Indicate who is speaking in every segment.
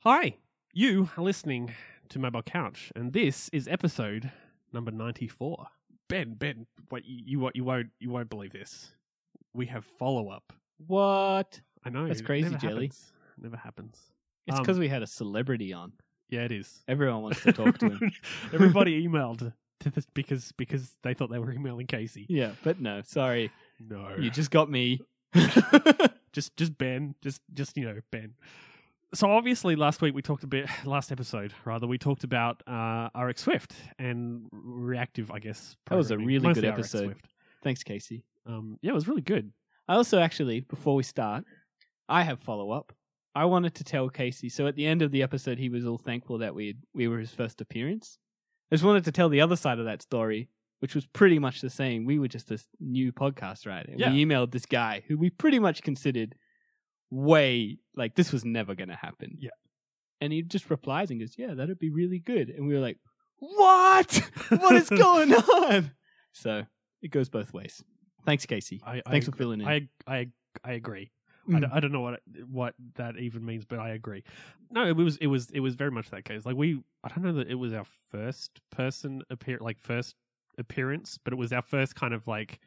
Speaker 1: Hi, you are listening to Mobile Couch, and this is episode number ninety-four. Ben, Ben, what you, you what you won't you won't believe this. We have follow-up.
Speaker 2: What?
Speaker 1: I know
Speaker 2: That's
Speaker 1: it
Speaker 2: crazy,
Speaker 1: never
Speaker 2: Jelly.
Speaker 1: happens. It Never happens.
Speaker 2: It's
Speaker 1: Um,
Speaker 2: because we had a celebrity on.
Speaker 1: Yeah, it is.
Speaker 2: Everyone wants to talk to him.
Speaker 1: Everybody emailed to this because because they thought they were emailing Casey.
Speaker 2: yeah, but no, sorry,
Speaker 1: No,
Speaker 2: you just got me.
Speaker 1: just just Ben, just just you know Ben. So obviously, last week we talked a bit. Last episode, rather, we talked about uh, RX Swift and reactive. I guess
Speaker 2: That was a
Speaker 1: programming,
Speaker 2: really good
Speaker 1: mostly RX
Speaker 2: episode.
Speaker 1: Swift.
Speaker 2: Thanks, Casey.
Speaker 1: Um, yeah, it was really good.
Speaker 2: I also actually, before we start, I have follow up. I wanted to tell Casey. So at the end of the episode, he was all thankful that we we were his first appearance. I just wanted to tell the other side of that story, which was pretty much the same. We were just this new podcast, right? And
Speaker 1: Yeah.
Speaker 2: we emailed this guy who we pretty much considered way like this was never going to happen.
Speaker 1: Yeah.
Speaker 2: And he just replies and goes, "Yeah, that'd be really good." And we were like, "What? what is going on?" So it goes both ways. Thanks, Casey.
Speaker 1: I, I
Speaker 2: Thanks for filling in.
Speaker 1: I I I agree. I,
Speaker 2: Mm.
Speaker 1: don't, I don't know what what that even means, but I agree. No, it was it was it was very much that case. Like we, I don't know that it was our first person appear like first appearance, but it was our first kind of like,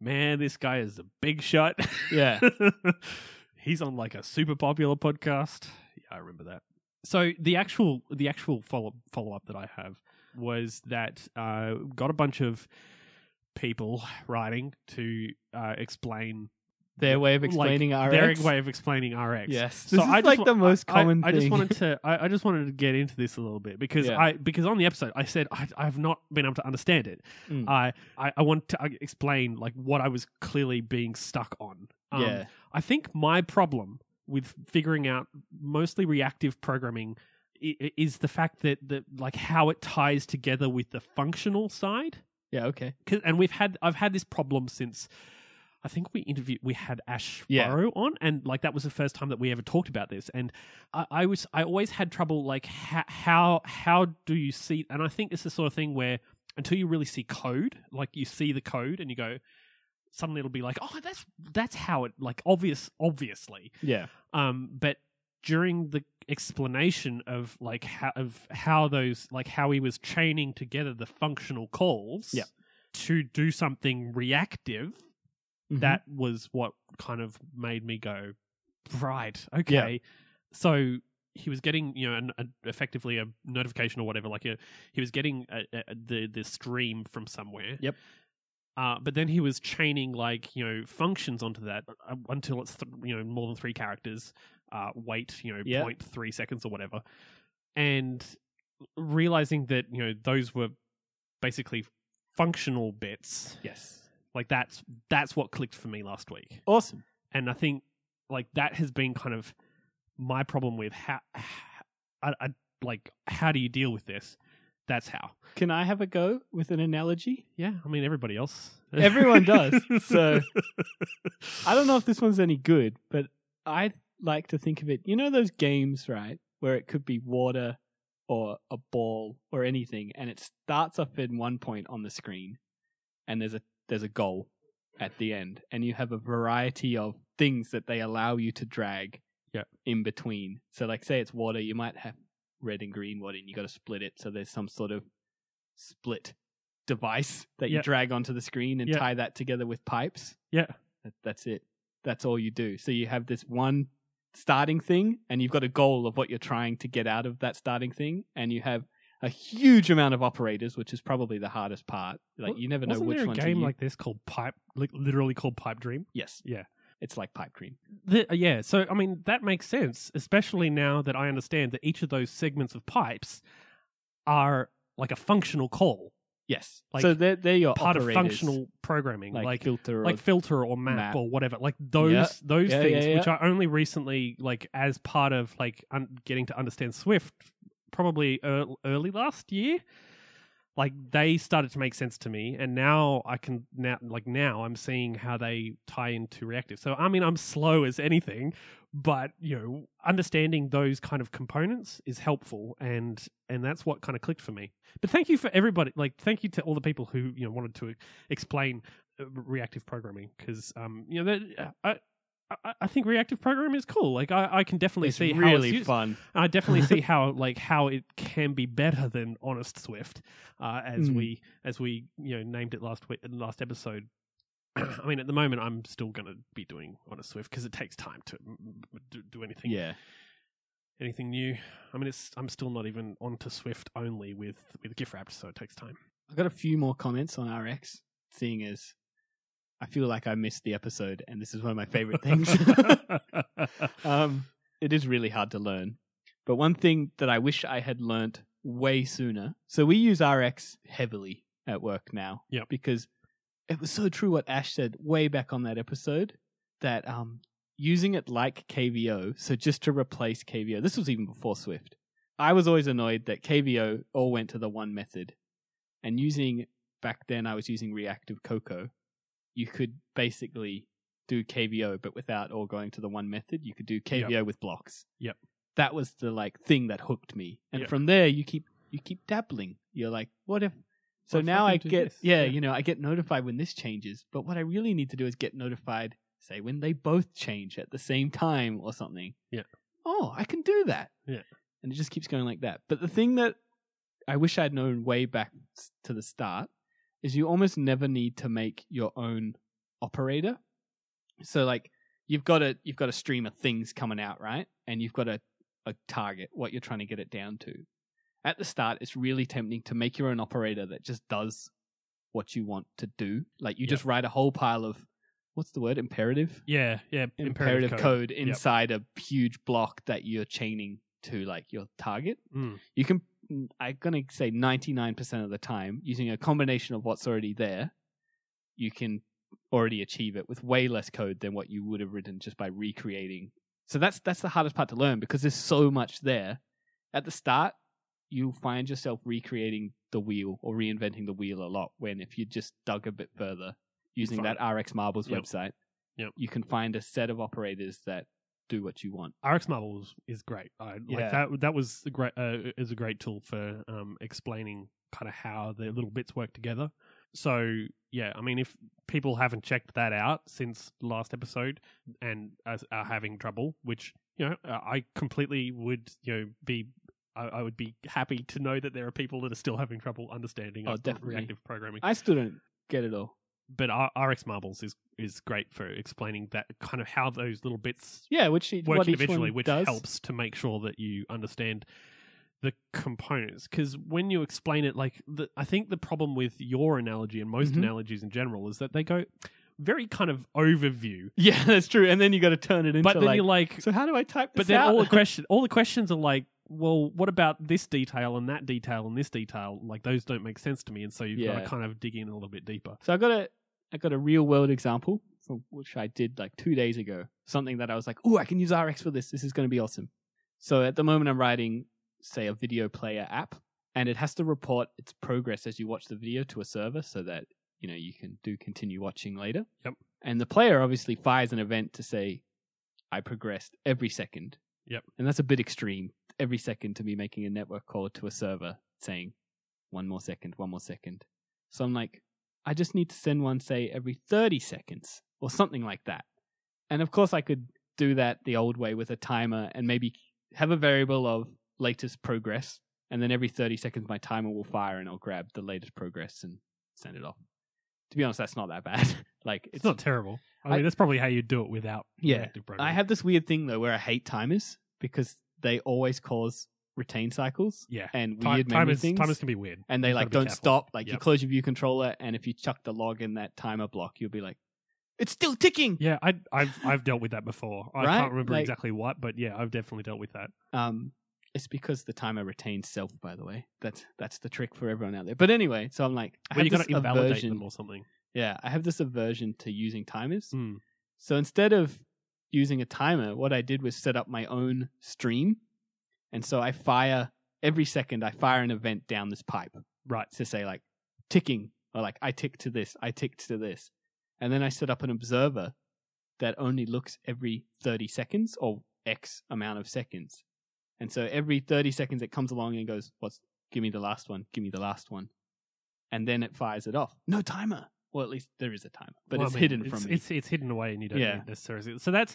Speaker 1: man, this guy is a big shot.
Speaker 2: Yeah.
Speaker 1: he's on like a super popular podcast. Yeah, I remember that. So the actual the actual follow follow up that I have was that uh, got a bunch of people writing to uh, explain
Speaker 2: Their way of
Speaker 1: Like,
Speaker 2: explaining RX.
Speaker 1: their way of explaining RX.
Speaker 2: Yes,
Speaker 1: So
Speaker 2: this is
Speaker 1: I just
Speaker 2: like
Speaker 1: wa-
Speaker 2: the most
Speaker 1: I-
Speaker 2: common
Speaker 1: I,
Speaker 2: thing.
Speaker 1: just wanted to. I, I just wanted to get into this a little bit because
Speaker 2: Yeah.
Speaker 1: I because on the episode I said I, I have not been able to understand it.
Speaker 2: Mm.
Speaker 1: I, I I want to uh, explain like what I was clearly being stuck on. Um,
Speaker 2: yeah,
Speaker 1: I think my problem with figuring out mostly reactive programming i- i- is the fact that that like how it ties together with the functional side.
Speaker 2: yeah, okay,
Speaker 1: 'Cause- and we've had I've had this problem since I think we interviewed we had Ash
Speaker 2: Yeah.
Speaker 1: Farrow on, and like that was the first time that we ever talked about this. And I, I was I always had trouble like how, how how do you see? And I think it's the sort of thing where until you really see code, like you see the code and you go, suddenly it'll be like, oh, that's that's how it like obvious obviously.
Speaker 2: yeah,
Speaker 1: Um, but during the explanation of like how of how those like how he was chaining together the functional calls
Speaker 2: Yeah.
Speaker 1: to do something reactive,
Speaker 2: Mhm.
Speaker 1: that was what kind of made me go, right, okay. So he was getting, you know, an, an, effectively a notification or whatever. Like a, he was getting a, a, the the stream from somewhere.
Speaker 2: Yep.
Speaker 1: Uh, but then he was chaining like you know functions onto that uh, until it's th- you know more than three characters, uh, wait you know
Speaker 2: Yeah.
Speaker 1: point three seconds or whatever, and realizing that you know those were basically functional bits
Speaker 2: yes,
Speaker 1: like that's that's what clicked for me last week,
Speaker 2: awesome.
Speaker 1: and I think like that has been kind of my problem with how, I, I like how do you deal with this? That's how.
Speaker 2: Can I have a go with an analogy?
Speaker 1: Yeah, I mean everybody else,
Speaker 2: Everyone does, so- I don't know if this one's any good, but I like to think of it. You know those games, right, where it could be water or a ball or anything, and it starts off in one point on the screen, and there's a there's a goal at the end, and you have a variety of things that they allow you to drag
Speaker 1: Yeah.
Speaker 2: in between. So, like, say it's water, you might have red and green water, and you got to split it. So there's some sort of split device that
Speaker 1: Yeah.
Speaker 2: you drag onto the screen and
Speaker 1: Yeah.
Speaker 2: tie that together with pipes.
Speaker 1: Yeah.
Speaker 2: That, that's it. That's all you do. So you have this one starting thing, and you've got a goal of what you're trying to get out of that starting thing, and you have a huge amount of operators, which is probably the hardest part. Like
Speaker 1: Wa-
Speaker 2: you never know
Speaker 1: Wasn't
Speaker 2: which
Speaker 1: there a
Speaker 2: one
Speaker 1: game
Speaker 2: to
Speaker 1: like this called Pipe, like literally called Pipe Dream?
Speaker 2: use. Yes.
Speaker 1: Yeah.
Speaker 2: It's like pipe dream.
Speaker 1: The, yeah, so I mean that makes sense, especially now that I understand that each of those segments of pipes are like a functional call,
Speaker 2: Yes.
Speaker 1: Like,
Speaker 2: so they're they're your
Speaker 1: part
Speaker 2: operators,
Speaker 1: of functional programming,
Speaker 2: like,
Speaker 1: like
Speaker 2: filter
Speaker 1: like
Speaker 2: or,
Speaker 1: filter or map,
Speaker 2: map.
Speaker 1: or whatever like those
Speaker 2: Yeah.
Speaker 1: those
Speaker 2: Yeah,
Speaker 1: things
Speaker 2: yeah,
Speaker 1: which i only recently like as part of like un- getting to understand swift probably ear early last year like they started to make sense to me and now i can now like now i'm seeing how they tie into reactive so i mean i'm slow as anything but you know understanding those kind of components is helpful and and that's what kind of clicked for me but thank you for everybody like thank you to all the people who e-, you know wanted to explain uh, reactive programming because um you know that I, I, I think reactive program is cool. Like I, I can definitely
Speaker 2: It's
Speaker 1: see how it's
Speaker 2: really
Speaker 1: used.
Speaker 2: fun.
Speaker 1: I definitely see how like how it can be better than Honest Swift, uh, as
Speaker 2: Mm.
Speaker 1: we as we you know named it last week, last episode. I mean, at the moment, I'm still going to be doing Honest Swift because it takes time to mm, mm, do, do anything
Speaker 2: Yeah.
Speaker 1: anything new. I mean, it's I'm still not even onto Swift only with with gift wrapped, so it takes time.
Speaker 2: I've got a few more comments on RX, seeing as I feel like I missed the episode, and this is one of my favorite things. um, it is really hard to learn. But one thing that I wish I had learnt way sooner. So we use RX heavily at work now.
Speaker 1: Yep.
Speaker 2: Because it was so true what Ash said way back on that episode that um, using it like KVO, so just to replace KVO, this was even before Swift. I was always annoyed that KVO all went to the one method. And using, back then I was using reactive Cocoa, you could basically do KVO, but without all going to the one method, you could do KVO with blocks.
Speaker 1: Yep.
Speaker 2: That was the like thing that hooked me. And
Speaker 1: Yep.
Speaker 2: from there you keep you keep dabbling. You're like, what if so
Speaker 1: What if I
Speaker 2: now
Speaker 1: can
Speaker 2: I
Speaker 1: do
Speaker 2: get
Speaker 1: this?
Speaker 2: yeah,
Speaker 1: Yeah.
Speaker 2: you know, I get notified when this changes, but what I really need to do is get notified say when they both change at the same time or something.
Speaker 1: Yeah.
Speaker 2: Oh, I can do that.
Speaker 1: Yeah.
Speaker 2: And it just keeps going like that. But the thing that I wish I'd known way back s- to the start is you almost never need to make your own operator. So like you've got a you've got a stream of things coming out, right? And you've got a, a target, what you're trying to get it down to. At the start, it's really tempting to make your own operator that just does what you want to do. Like you
Speaker 1: Yep.
Speaker 2: just write a whole pile of what's the word? Imperative?
Speaker 1: Yeah, yeah.
Speaker 2: Imperative, code,
Speaker 1: Yep.
Speaker 2: inside a huge block that you're chaining to like your target.
Speaker 1: Mm.
Speaker 2: You can I'm gonna say ninety nine percent of the time, using a combination of what's already there, you can already achieve it with way less code than what you would have written just by recreating. So that's that's the hardest part to learn because there's so much there. At the start, you find yourself recreating the wheel or reinventing the wheel a lot when if you just dug a bit further using
Speaker 1: Fine.
Speaker 2: that RX Marbles
Speaker 1: Yep.
Speaker 2: website,
Speaker 1: Yep.
Speaker 2: you can find a set of operators that do what you want.
Speaker 1: RX Marbles is great. I, like
Speaker 2: Yeah.
Speaker 1: that. That was a great. Uh, is a great tool for um, explaining kind of how the little bits work together. So yeah, I mean, if people haven't checked that out since last episode and are, are having trouble, which you know, I I completely would you know be. I, I would be happy to know that there are people that are still having trouble understanding
Speaker 2: Oh,
Speaker 1: uh,
Speaker 2: definitely.
Speaker 1: reactive programming.
Speaker 2: I still don't get it all.
Speaker 1: But R- RX Marbles is is great for explaining that kind of how those little bits
Speaker 2: Yeah, which e-
Speaker 1: work
Speaker 2: what each
Speaker 1: individually,
Speaker 2: one
Speaker 1: which
Speaker 2: does.
Speaker 1: helps to make sure that you understand the components. Because when you explain it, like the, I think the problem with your analogy and most
Speaker 2: Mhm.
Speaker 1: analogies in general is that they go very kind of overview,
Speaker 2: Yeah, that's true. And then you got to turn it into
Speaker 1: but then
Speaker 2: like,
Speaker 1: you're like,
Speaker 2: so how do I type this
Speaker 1: but then
Speaker 2: out?
Speaker 1: all the question, all the questions are like, well, what about this detail and that detail and this detail? Like those don't make sense to me, and so you've got
Speaker 2: Yeah.
Speaker 1: to kind of dig in a little bit deeper.
Speaker 2: so I got a I got a real world example from which I did like 2 days ago. Something that I was like, "Oh, I can use RX for this. This is going to be awesome." So at the moment I'm writing say a video player app and it has to report its progress as you watch the video to a server so that you know you can do continue watching later.
Speaker 1: Yep.
Speaker 2: And the player obviously fires an event to say I progressed every second.
Speaker 1: Yep.
Speaker 2: And that's a bit extreme. Every second to be making a network call to a server saying one more second, one more second. So I'm like, I just need to send one, say, every 30 seconds or something like that. And of course, I could do that the old way with a timer and maybe have a variable of latest progress. And then every 30 seconds, my timer will fire and I'll grab the latest progress and send it off. To be honest, that's not that bad. like,
Speaker 1: It's not terrible. I,
Speaker 2: I-
Speaker 1: mean, that's probably how you do it without
Speaker 2: Yeah.
Speaker 1: reactive programming.
Speaker 2: I have this weird thing though where I hate timers because they always cause retain cycles
Speaker 1: yeah.
Speaker 2: and
Speaker 1: Ti-
Speaker 2: weird memory
Speaker 1: timers,
Speaker 2: things.
Speaker 1: timers can be weird.
Speaker 2: and they
Speaker 1: You've
Speaker 2: like
Speaker 1: gotta be
Speaker 2: don't
Speaker 1: careful.
Speaker 2: stop. Like you
Speaker 1: Yep.
Speaker 2: close your view controller, and if you chuck the log in that timer block, you'll be like, "It's still ticking."
Speaker 1: Yeah, I, I've I've dealt with that before. I
Speaker 2: Right?
Speaker 1: can't remember
Speaker 2: Like-
Speaker 1: exactly what, but yeah, I've definitely dealt with that.
Speaker 2: Um, it's because the timer retains self. By the way, that's that's the trick for everyone out there. But anyway, so I'm like, I
Speaker 1: Where
Speaker 2: have
Speaker 1: you got
Speaker 2: this
Speaker 1: to invalidate
Speaker 2: aversion.
Speaker 1: them or something.
Speaker 2: Yeah, I have this aversion to using timers.
Speaker 1: Mm.
Speaker 2: So instead of using a timer, what I did was set up my own stream. And so I fire every second, I fire an event down this pipe
Speaker 1: Right.
Speaker 2: to say, like, ticking, or like, I tick to this, I tick to this. And then I set up an observer that only looks every 30 seconds or X amount of seconds. And so every 30 seconds, it comes along and goes, What's, give me the last one, give me the last one. And then it fires it off. No timer. Well, at least there is a timer, but
Speaker 1: Well,
Speaker 2: it's
Speaker 1: I mean,
Speaker 2: hidden
Speaker 1: it's,
Speaker 2: from you.
Speaker 1: It's it's hidden away, and you don't
Speaker 2: Yeah.
Speaker 1: know necessarily. So that's,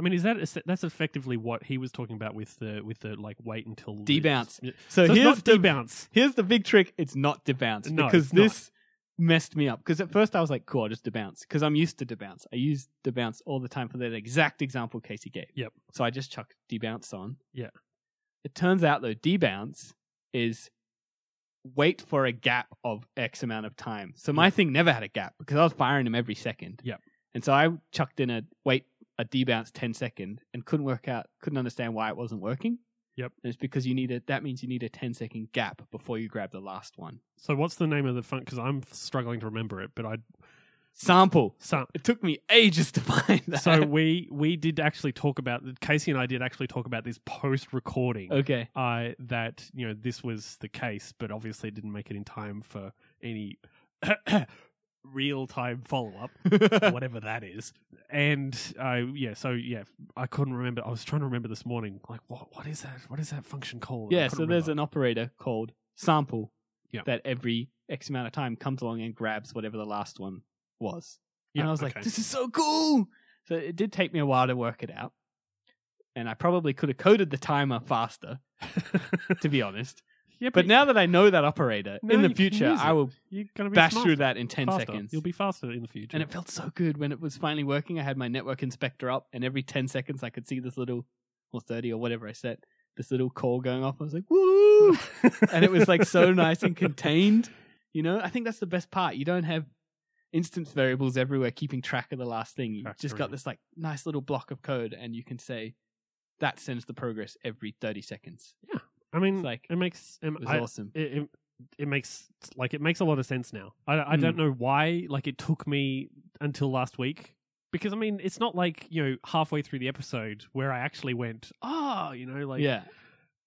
Speaker 1: I mean, is that that's effectively what he was talking about with the with the like wait until the-
Speaker 2: Debounce.
Speaker 1: So,
Speaker 2: So,
Speaker 1: it's
Speaker 2: here's
Speaker 1: not
Speaker 2: the
Speaker 1: debounce.
Speaker 2: here's the big trick. It's not debounce
Speaker 1: No,
Speaker 2: because
Speaker 1: it's not.
Speaker 2: this messed me up. Because at first I was like, cool, I'll just debounce because I'm used to debounce. I use debounce all the time for that exact example Casey gave.
Speaker 1: Yep.
Speaker 2: So I just chuck debounce on.
Speaker 1: Yeah.
Speaker 2: It turns out though, debounce is wait for a gap of X amount of time. So my thing never had a gap because I was firing him every second.
Speaker 1: Yep.
Speaker 2: And so I chucked in a wait a debounce 10 second and couldn't work out, couldn't understand why it wasn't working.
Speaker 1: Yep.
Speaker 2: And it's because you need a, that means you need a 10 second gap before you grab the last one.
Speaker 1: So what's the name of the funk? Because I'm struggling to remember it, but I
Speaker 2: Sample.
Speaker 1: so,
Speaker 2: It took me ages to find that.
Speaker 1: so we we did actually talk about Casey and I did actually talk about this post recording.
Speaker 2: okay.
Speaker 1: uh, that you know this was the case, but obviously it didn't make it in time for any real time follow up, whatever that is. And uh, yeah, so yeah, I couldn't remember. I was trying to remember this morning, like what what is that? What is that function called?
Speaker 2: Yeah, so there's an operator called sample
Speaker 1: Yeah.
Speaker 2: that every X amount of time comes along and grabs whatever the last one was. and I was like, this is so cool. So it did take me a while to work it out. And I probably could have coded the timer faster, to be honest.
Speaker 1: yeah,
Speaker 2: But now that I know that operator,
Speaker 1: Now
Speaker 2: in the
Speaker 1: you can
Speaker 2: future,
Speaker 1: use
Speaker 2: I
Speaker 1: it.
Speaker 2: will
Speaker 1: you're gonna be
Speaker 2: bash
Speaker 1: smarter,
Speaker 2: through that in 10
Speaker 1: faster.
Speaker 2: seconds.
Speaker 1: You'll be faster in the future.
Speaker 2: and it felt so good when it was finally working. I had my network inspector up, and every 10 seconds I could see this little, or 30 or whatever I set, this little call going off. I was like, woo! and it was like so nice and contained. You know, I think that's the best part. You don't have instance variables everywhere keeping track of the last thing. You
Speaker 1: Track
Speaker 2: just got
Speaker 1: everything.
Speaker 2: this like nice little block of code, and you can say that sends the progress every 30 seconds.
Speaker 1: I mean,
Speaker 2: It's like-
Speaker 1: it makes um,
Speaker 2: It was
Speaker 1: I-
Speaker 2: awesome.
Speaker 1: it, it it makes like it makes a lot of sense now. I I don't
Speaker 2: Mm.
Speaker 1: know why like it took me until last week because I mean it's not like you know halfway through the episode where I actually went oh you know like
Speaker 2: yeah,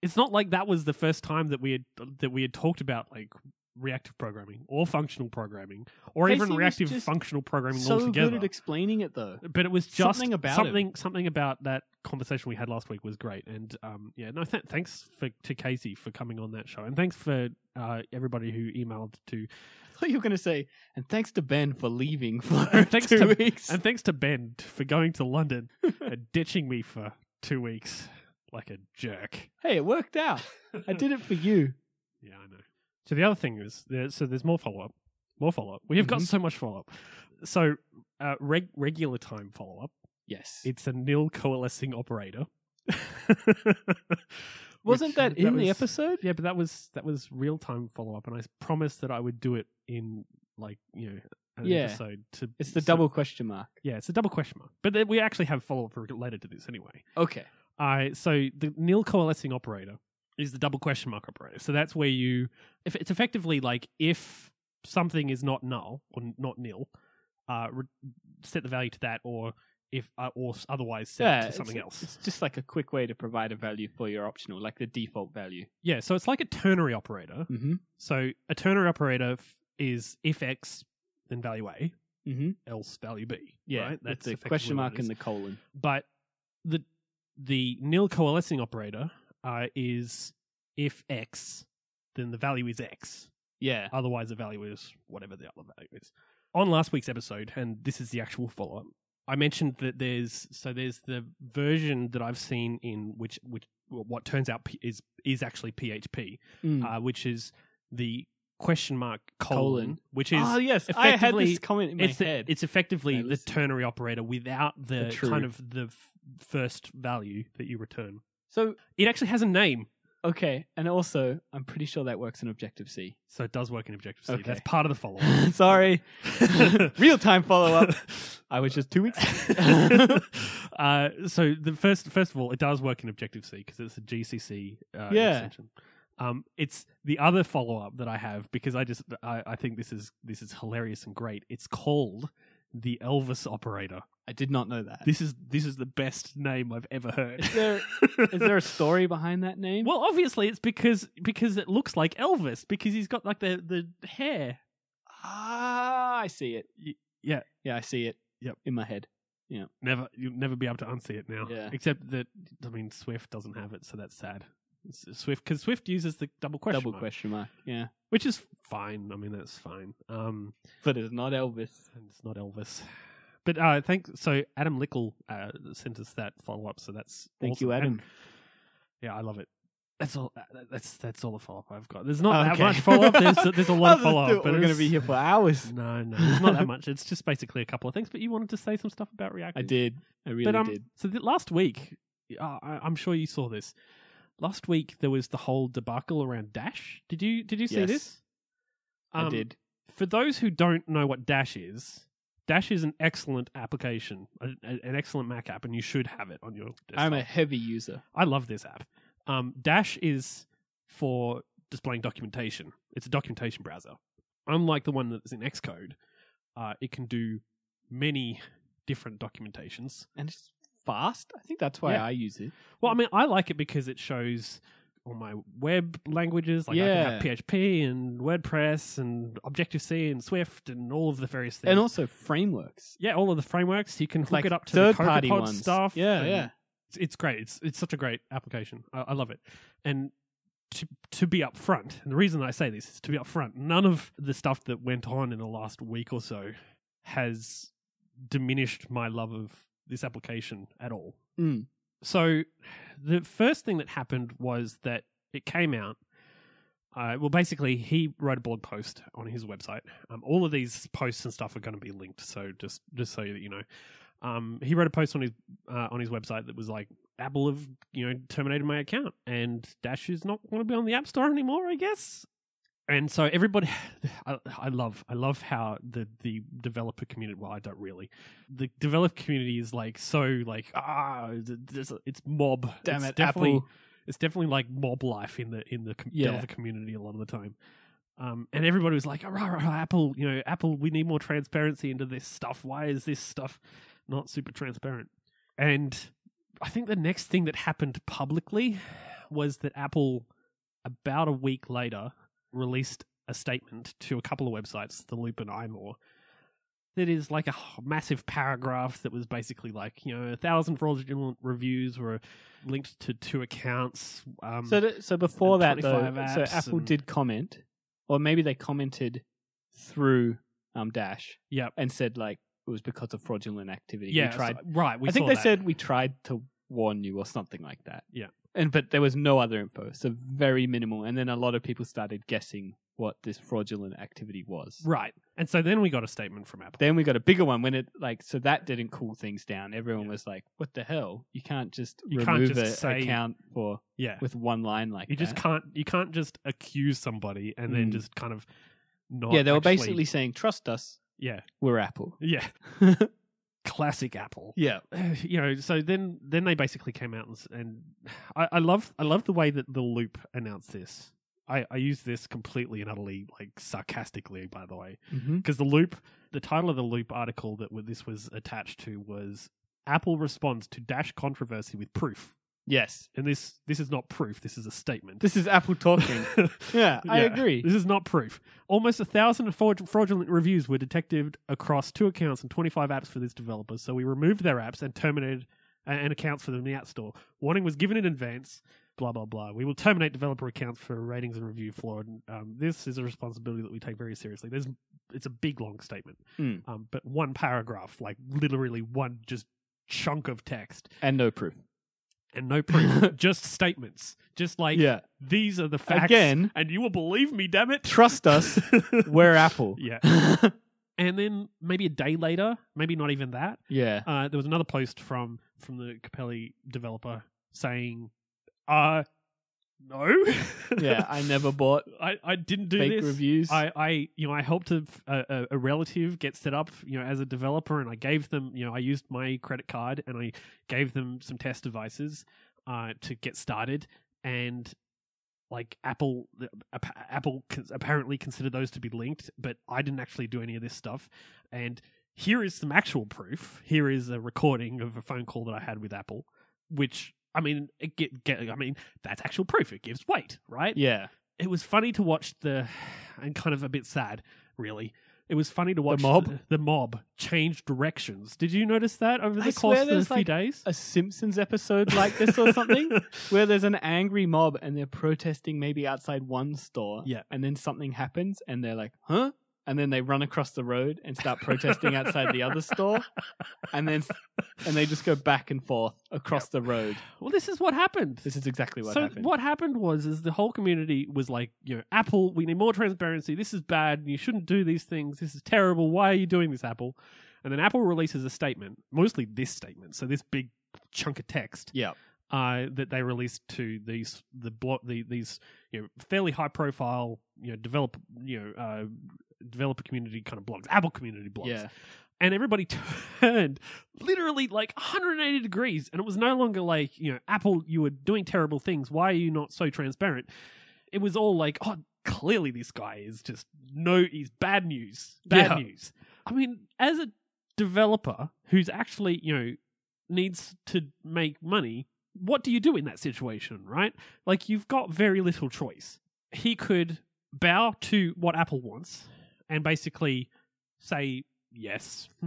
Speaker 1: it's not like that was the first time that we had that we had talked about like reactive programming or functional programming or
Speaker 2: Casey
Speaker 1: even
Speaker 2: was
Speaker 1: reactive
Speaker 2: just
Speaker 1: functional programming
Speaker 2: so
Speaker 1: altogether.
Speaker 2: good at explaining it though.
Speaker 1: but it was just
Speaker 2: something about
Speaker 1: something something about that conversation we had last week was great and um yeah no th- thanks for to Casey for coming on that show and thanks for uh everybody who emailed to
Speaker 2: I thought you were going to say, and thanks to Ben for leaving for
Speaker 1: And thanks
Speaker 2: two
Speaker 1: to-
Speaker 2: weeks.
Speaker 1: and thanks to Ben t- for going to London and ditching me for 2 weeks like a jerk.
Speaker 2: hey, it worked out. I did it for you.
Speaker 1: Yeah, I know. So the other thing is, there, so there's more follow up, more follow up. We have got
Speaker 2: Mhm.
Speaker 1: so much follow up. So uh, reg- regular time follow up.
Speaker 2: Yes.
Speaker 1: It's a nil coalescing operator.
Speaker 2: Wasn't
Speaker 1: Which-
Speaker 2: that in the
Speaker 1: was-
Speaker 2: episode?
Speaker 1: Yeah, but that was that was real time follow up, and I s- promised that I would do it in like you know an
Speaker 2: Yeah.
Speaker 1: episode to.
Speaker 2: It's the
Speaker 1: so-
Speaker 2: double question mark.
Speaker 1: Yeah, it's a double question mark. But then we actually have follow up related to this anyway.
Speaker 2: Okay.
Speaker 1: I so the nil coalescing operator is the double question mark operator. So that's where you, if it's effectively like if something is not null or n- not nil, uh, re- set the value to that, or if uh, or s- otherwise set it to
Speaker 2: it's-
Speaker 1: something else.
Speaker 2: It's just like a quick way to provide a value for your optional, like the default value.
Speaker 1: Yeah, so it's like a ternary operator.
Speaker 2: Mm-hmm.
Speaker 1: So a ternary operator f- is if x then value a,
Speaker 2: Mm-hmm.
Speaker 1: else value b.
Speaker 2: Yeah.
Speaker 1: right?
Speaker 2: That's the
Speaker 1: effectively
Speaker 2: question
Speaker 1: what
Speaker 2: mark
Speaker 1: it is.
Speaker 2: and the colon.
Speaker 1: but the the nil coalescing operator uh, is if x, then the value is x.
Speaker 2: Yeah.
Speaker 1: Otherwise, the value is whatever the other value is. On last week's episode, and this is the actual follow up. I mentioned that there's so there's the version that I've seen in which which what turns out p- is is actually PHP,
Speaker 2: Mm.
Speaker 1: uh, which is the question mark colon,
Speaker 2: Colon.
Speaker 1: which is
Speaker 2: oh yes, I had
Speaker 1: effectively-
Speaker 2: this comment in my
Speaker 1: it's the-
Speaker 2: head.
Speaker 1: it's effectively
Speaker 2: I
Speaker 1: the
Speaker 2: listen.
Speaker 1: ternary operator without the,
Speaker 2: The true.
Speaker 1: kind of the f- first value that you return.
Speaker 2: so
Speaker 1: It actually has a name,
Speaker 2: okay, and also I'm pretty sure that works in Objective C.
Speaker 1: so it does work in Objective C.
Speaker 2: Okay.
Speaker 1: That's part of the follow
Speaker 2: Sorry,
Speaker 1: up.
Speaker 2: real time follow up. I was just two weeks.
Speaker 1: uh, so the first, first of all, it does work in Objective C because it's a GCC uh,
Speaker 2: Yeah.
Speaker 1: extension. Um, it's the other follow up that I have because I just I, I think this is this is hilarious and great. It's called the Elvis operator.
Speaker 2: I did not know that.
Speaker 1: This is this is the best name I've ever heard.
Speaker 2: Is there is there a story behind that name?
Speaker 1: Well, obviously it's because because it looks like Elvis because he's got like the the hair.
Speaker 2: Ah, I see it.
Speaker 1: Y- yeah.
Speaker 2: yeah, I see it.
Speaker 1: Yep.
Speaker 2: in my head.
Speaker 1: Never you'll never be able to unsee it now.
Speaker 2: Yeah.
Speaker 1: Except that I mean Swift doesn't have it, so that's sad. S- Swift because Swift uses the double question
Speaker 2: Double
Speaker 1: mark,
Speaker 2: question mark. Yeah.
Speaker 1: which is fine. I mean, that's fine. Um,
Speaker 2: But it's not Elvis.
Speaker 1: and it's not Elvis. But uh, thank so Adam Lickle uh, sent us that follow up, so that's
Speaker 2: Thank
Speaker 1: awesome.
Speaker 2: you, Adam.
Speaker 1: And- yeah, I love it. That's all. uh, that- That's that's all the follow up I've got. There's not that
Speaker 2: Okay.
Speaker 1: much follow up. There's there's a
Speaker 2: I
Speaker 1: lot of
Speaker 2: just
Speaker 1: follow
Speaker 2: thought
Speaker 1: up.
Speaker 2: We're going to be here for hours.
Speaker 1: No, no, it's not that much. It's just basically a couple of things. But you wanted to say some stuff about React.
Speaker 2: I did. I really
Speaker 1: but um,
Speaker 2: did.
Speaker 1: so th- last week, uh, I, I'm sure you saw this. Last week there was the whole debacle around Dash. Did you did you see
Speaker 2: Yes.
Speaker 1: this?
Speaker 2: I
Speaker 1: Um,
Speaker 2: did.
Speaker 1: For those who don't know what Dash is, Dash is an excellent application, a, a- an excellent Mac app, and you should have it on your. Desktop.
Speaker 2: I'm a heavy user.
Speaker 1: I love this app. Um, Dash is for displaying documentation. It's a documentation browser. Unlike the one that is in Xcode, uh, it can do many different documentations.
Speaker 2: And it's fast. I think that's why
Speaker 1: Yeah.
Speaker 2: I use it.
Speaker 1: Well, I mean, I like it because it shows all my web languages, like I
Speaker 2: Yeah.
Speaker 1: can have PHP and WordPress and Objective C and Swift and all of the various things.
Speaker 2: And also frameworks.
Speaker 1: yeah, all of the frameworks you can hook
Speaker 2: Like
Speaker 1: it up to the
Speaker 2: third
Speaker 1: CocoaPod
Speaker 2: party ones.
Speaker 1: stuff.
Speaker 2: Yeah,
Speaker 1: and
Speaker 2: yeah.
Speaker 1: It's, it's great. It's it's such a great application. I, I love it. And to to be upfront, and the reason I say this is to be upfront. None of the stuff that went on in the last week or so has diminished my love of this application at all.
Speaker 2: Mm.
Speaker 1: So, the first thing that happened was that it came out. Uh, well, basically, he wrote a blog post on his website. Um, all of these posts and stuff are going to be linked, so just just so that you know, um, he wrote a post on his uh, on his website that was like, "Apple have you know terminated my account, and Dash is not going to be on the App Store anymore, I guess." And so everybody, I, I love I love how the the developer community. Well, I don't really. The developer community is like so like ah, th- there's a- it's mob.
Speaker 2: Damn
Speaker 1: it's
Speaker 2: it,
Speaker 1: definitely-
Speaker 2: Apple.
Speaker 1: it's definitely like mob life in the in the com-
Speaker 2: Yeah.
Speaker 1: developer community a lot of the time. Um, and everybody was like, oh, rah, rah, rah, Apple, you know, Apple, we need more transparency into this stuff. Why is this stuff not super transparent? And I think the next thing that happened publicly was that Apple, about a week later, released a statement to a couple of websites, The Loop and iMore, that is like a h- massive paragraph that was basically like, you know, a thousand fraudulent reviews were linked to two accounts. Um,
Speaker 2: So, th- so before
Speaker 1: and
Speaker 2: that, though,
Speaker 1: 25
Speaker 2: so
Speaker 1: apps
Speaker 2: Apple
Speaker 1: and-
Speaker 2: did comment, or maybe they commented through um, Dash
Speaker 1: yeah,
Speaker 2: and said like it was because of fraudulent activity.
Speaker 1: yeah,
Speaker 2: we tried.
Speaker 1: so- right. We
Speaker 2: I think
Speaker 1: saw
Speaker 2: they
Speaker 1: that.
Speaker 2: said we tried to warn you or something like that.
Speaker 1: Yeah.
Speaker 2: And but there was no other info, so very minimal. And then a lot of people started guessing what this fraudulent activity was.
Speaker 1: right, and so then we got a statement from Apple.
Speaker 2: Then we got a bigger one when it like so that didn't cool things down. Everyone was like, "What the hell? You can't just
Speaker 1: You can't
Speaker 2: remove
Speaker 1: just
Speaker 2: an
Speaker 1: say-
Speaker 2: account for
Speaker 1: yeah,
Speaker 2: with one line like
Speaker 1: you
Speaker 2: that."
Speaker 1: just can't you can't just accuse somebody and then
Speaker 2: Mm.
Speaker 1: just kind of not.
Speaker 2: yeah, they were
Speaker 1: actually-
Speaker 2: basically saying, "Trust us,
Speaker 1: yeah,
Speaker 2: we're Apple."
Speaker 1: yeah, classic Apple.
Speaker 2: yeah,
Speaker 1: you know, so then then they basically came out and, s- and I, I love I love the way that the Loop announced this. I, I use this completely and utterly like sarcastically, by the way,
Speaker 2: hmm
Speaker 1: because the Loop, the title of the Loop article that w- this was attached to was Apple responds to Dash controversy with proof,
Speaker 2: yes.
Speaker 1: and this this is not proof. This is a statement.
Speaker 2: This is Apple talking. yeah, I
Speaker 1: Yeah.
Speaker 2: agree.
Speaker 1: This is not proof. Almost a thousand fraud- fraudulent reviews were detected across two accounts and 25 apps for this developer, so we removed their apps and terminated uh, and accounts for them in the App Store. Warning was given in advance. Blah blah blah. We will terminate developer accounts for ratings and review fraud. And, Um, this is a responsibility that we take very seriously. There's, it's a big long statement,
Speaker 2: Mm.
Speaker 1: um, but one paragraph, like literally one just chunk of text,
Speaker 2: and no proof.
Speaker 1: and no proof, just statements, just like
Speaker 2: yeah,
Speaker 1: these are the facts
Speaker 2: Again.
Speaker 1: and you will believe me damn it
Speaker 2: trust us, we're Apple.
Speaker 1: yeah and then maybe a day later maybe not even that
Speaker 2: yeah.
Speaker 1: uh, there was another post from from the capelli developer saying uh no
Speaker 2: yeah, I never bought
Speaker 1: I, I didn't do
Speaker 2: fake
Speaker 1: this
Speaker 2: reviews.
Speaker 1: I, I you know I helped a, a a relative get set up you know as a developer and I gave them you know I used my credit card and I gave them some test devices uh, to get started and like Apple ap- Apple con- apparently considered those to be linked but I didn't actually do any of this stuff and here is some actual proof here is a recording of a phone call that I had with Apple which I mean it get, get I mean that's actual proof it gives weight right
Speaker 2: yeah,
Speaker 1: it was funny to watch the and kind of a bit sad really It was funny to watch
Speaker 2: mob?
Speaker 1: th- the mob change directions. Did you notice that over the
Speaker 2: I
Speaker 1: course
Speaker 2: swear
Speaker 1: of the
Speaker 2: there's,
Speaker 1: few
Speaker 2: like,
Speaker 1: days?
Speaker 2: a Simpsons episode like this or something where there's an angry mob and they're protesting maybe outside one store.
Speaker 1: Yeah.
Speaker 2: And then something happens and they're like, huh? And then they run across the road and start protesting outside the other store. And then and they just go back and forth across the road.
Speaker 1: Well, this is what happened.
Speaker 2: This is exactly what
Speaker 1: so
Speaker 2: happened.
Speaker 1: what happened was is the whole community was like, you know, Apple, we need more transparency. This is bad. You shouldn't do these things. This is terrible. Why are you doing this, Apple? And then Apple releases a statement, mostly this statement. So this big chunk of text
Speaker 2: Yeah.
Speaker 1: uh, that they released to these the blo- the these you know fairly high profile you know develop you know uh, developer community kind of blogs, Apple community blogs
Speaker 2: Yeah.
Speaker 1: and everybody turned literally like 180 degrees and it was no longer like you know apple you were doing terrible things why are you not so transparent it was all like oh clearly this guy is just no he's bad news bad
Speaker 2: Yeah.
Speaker 1: news i mean as a developer who's actually you know needs to make money what do you do in that situation right like you've got very little choice he could bow to what apple wants and basically say yes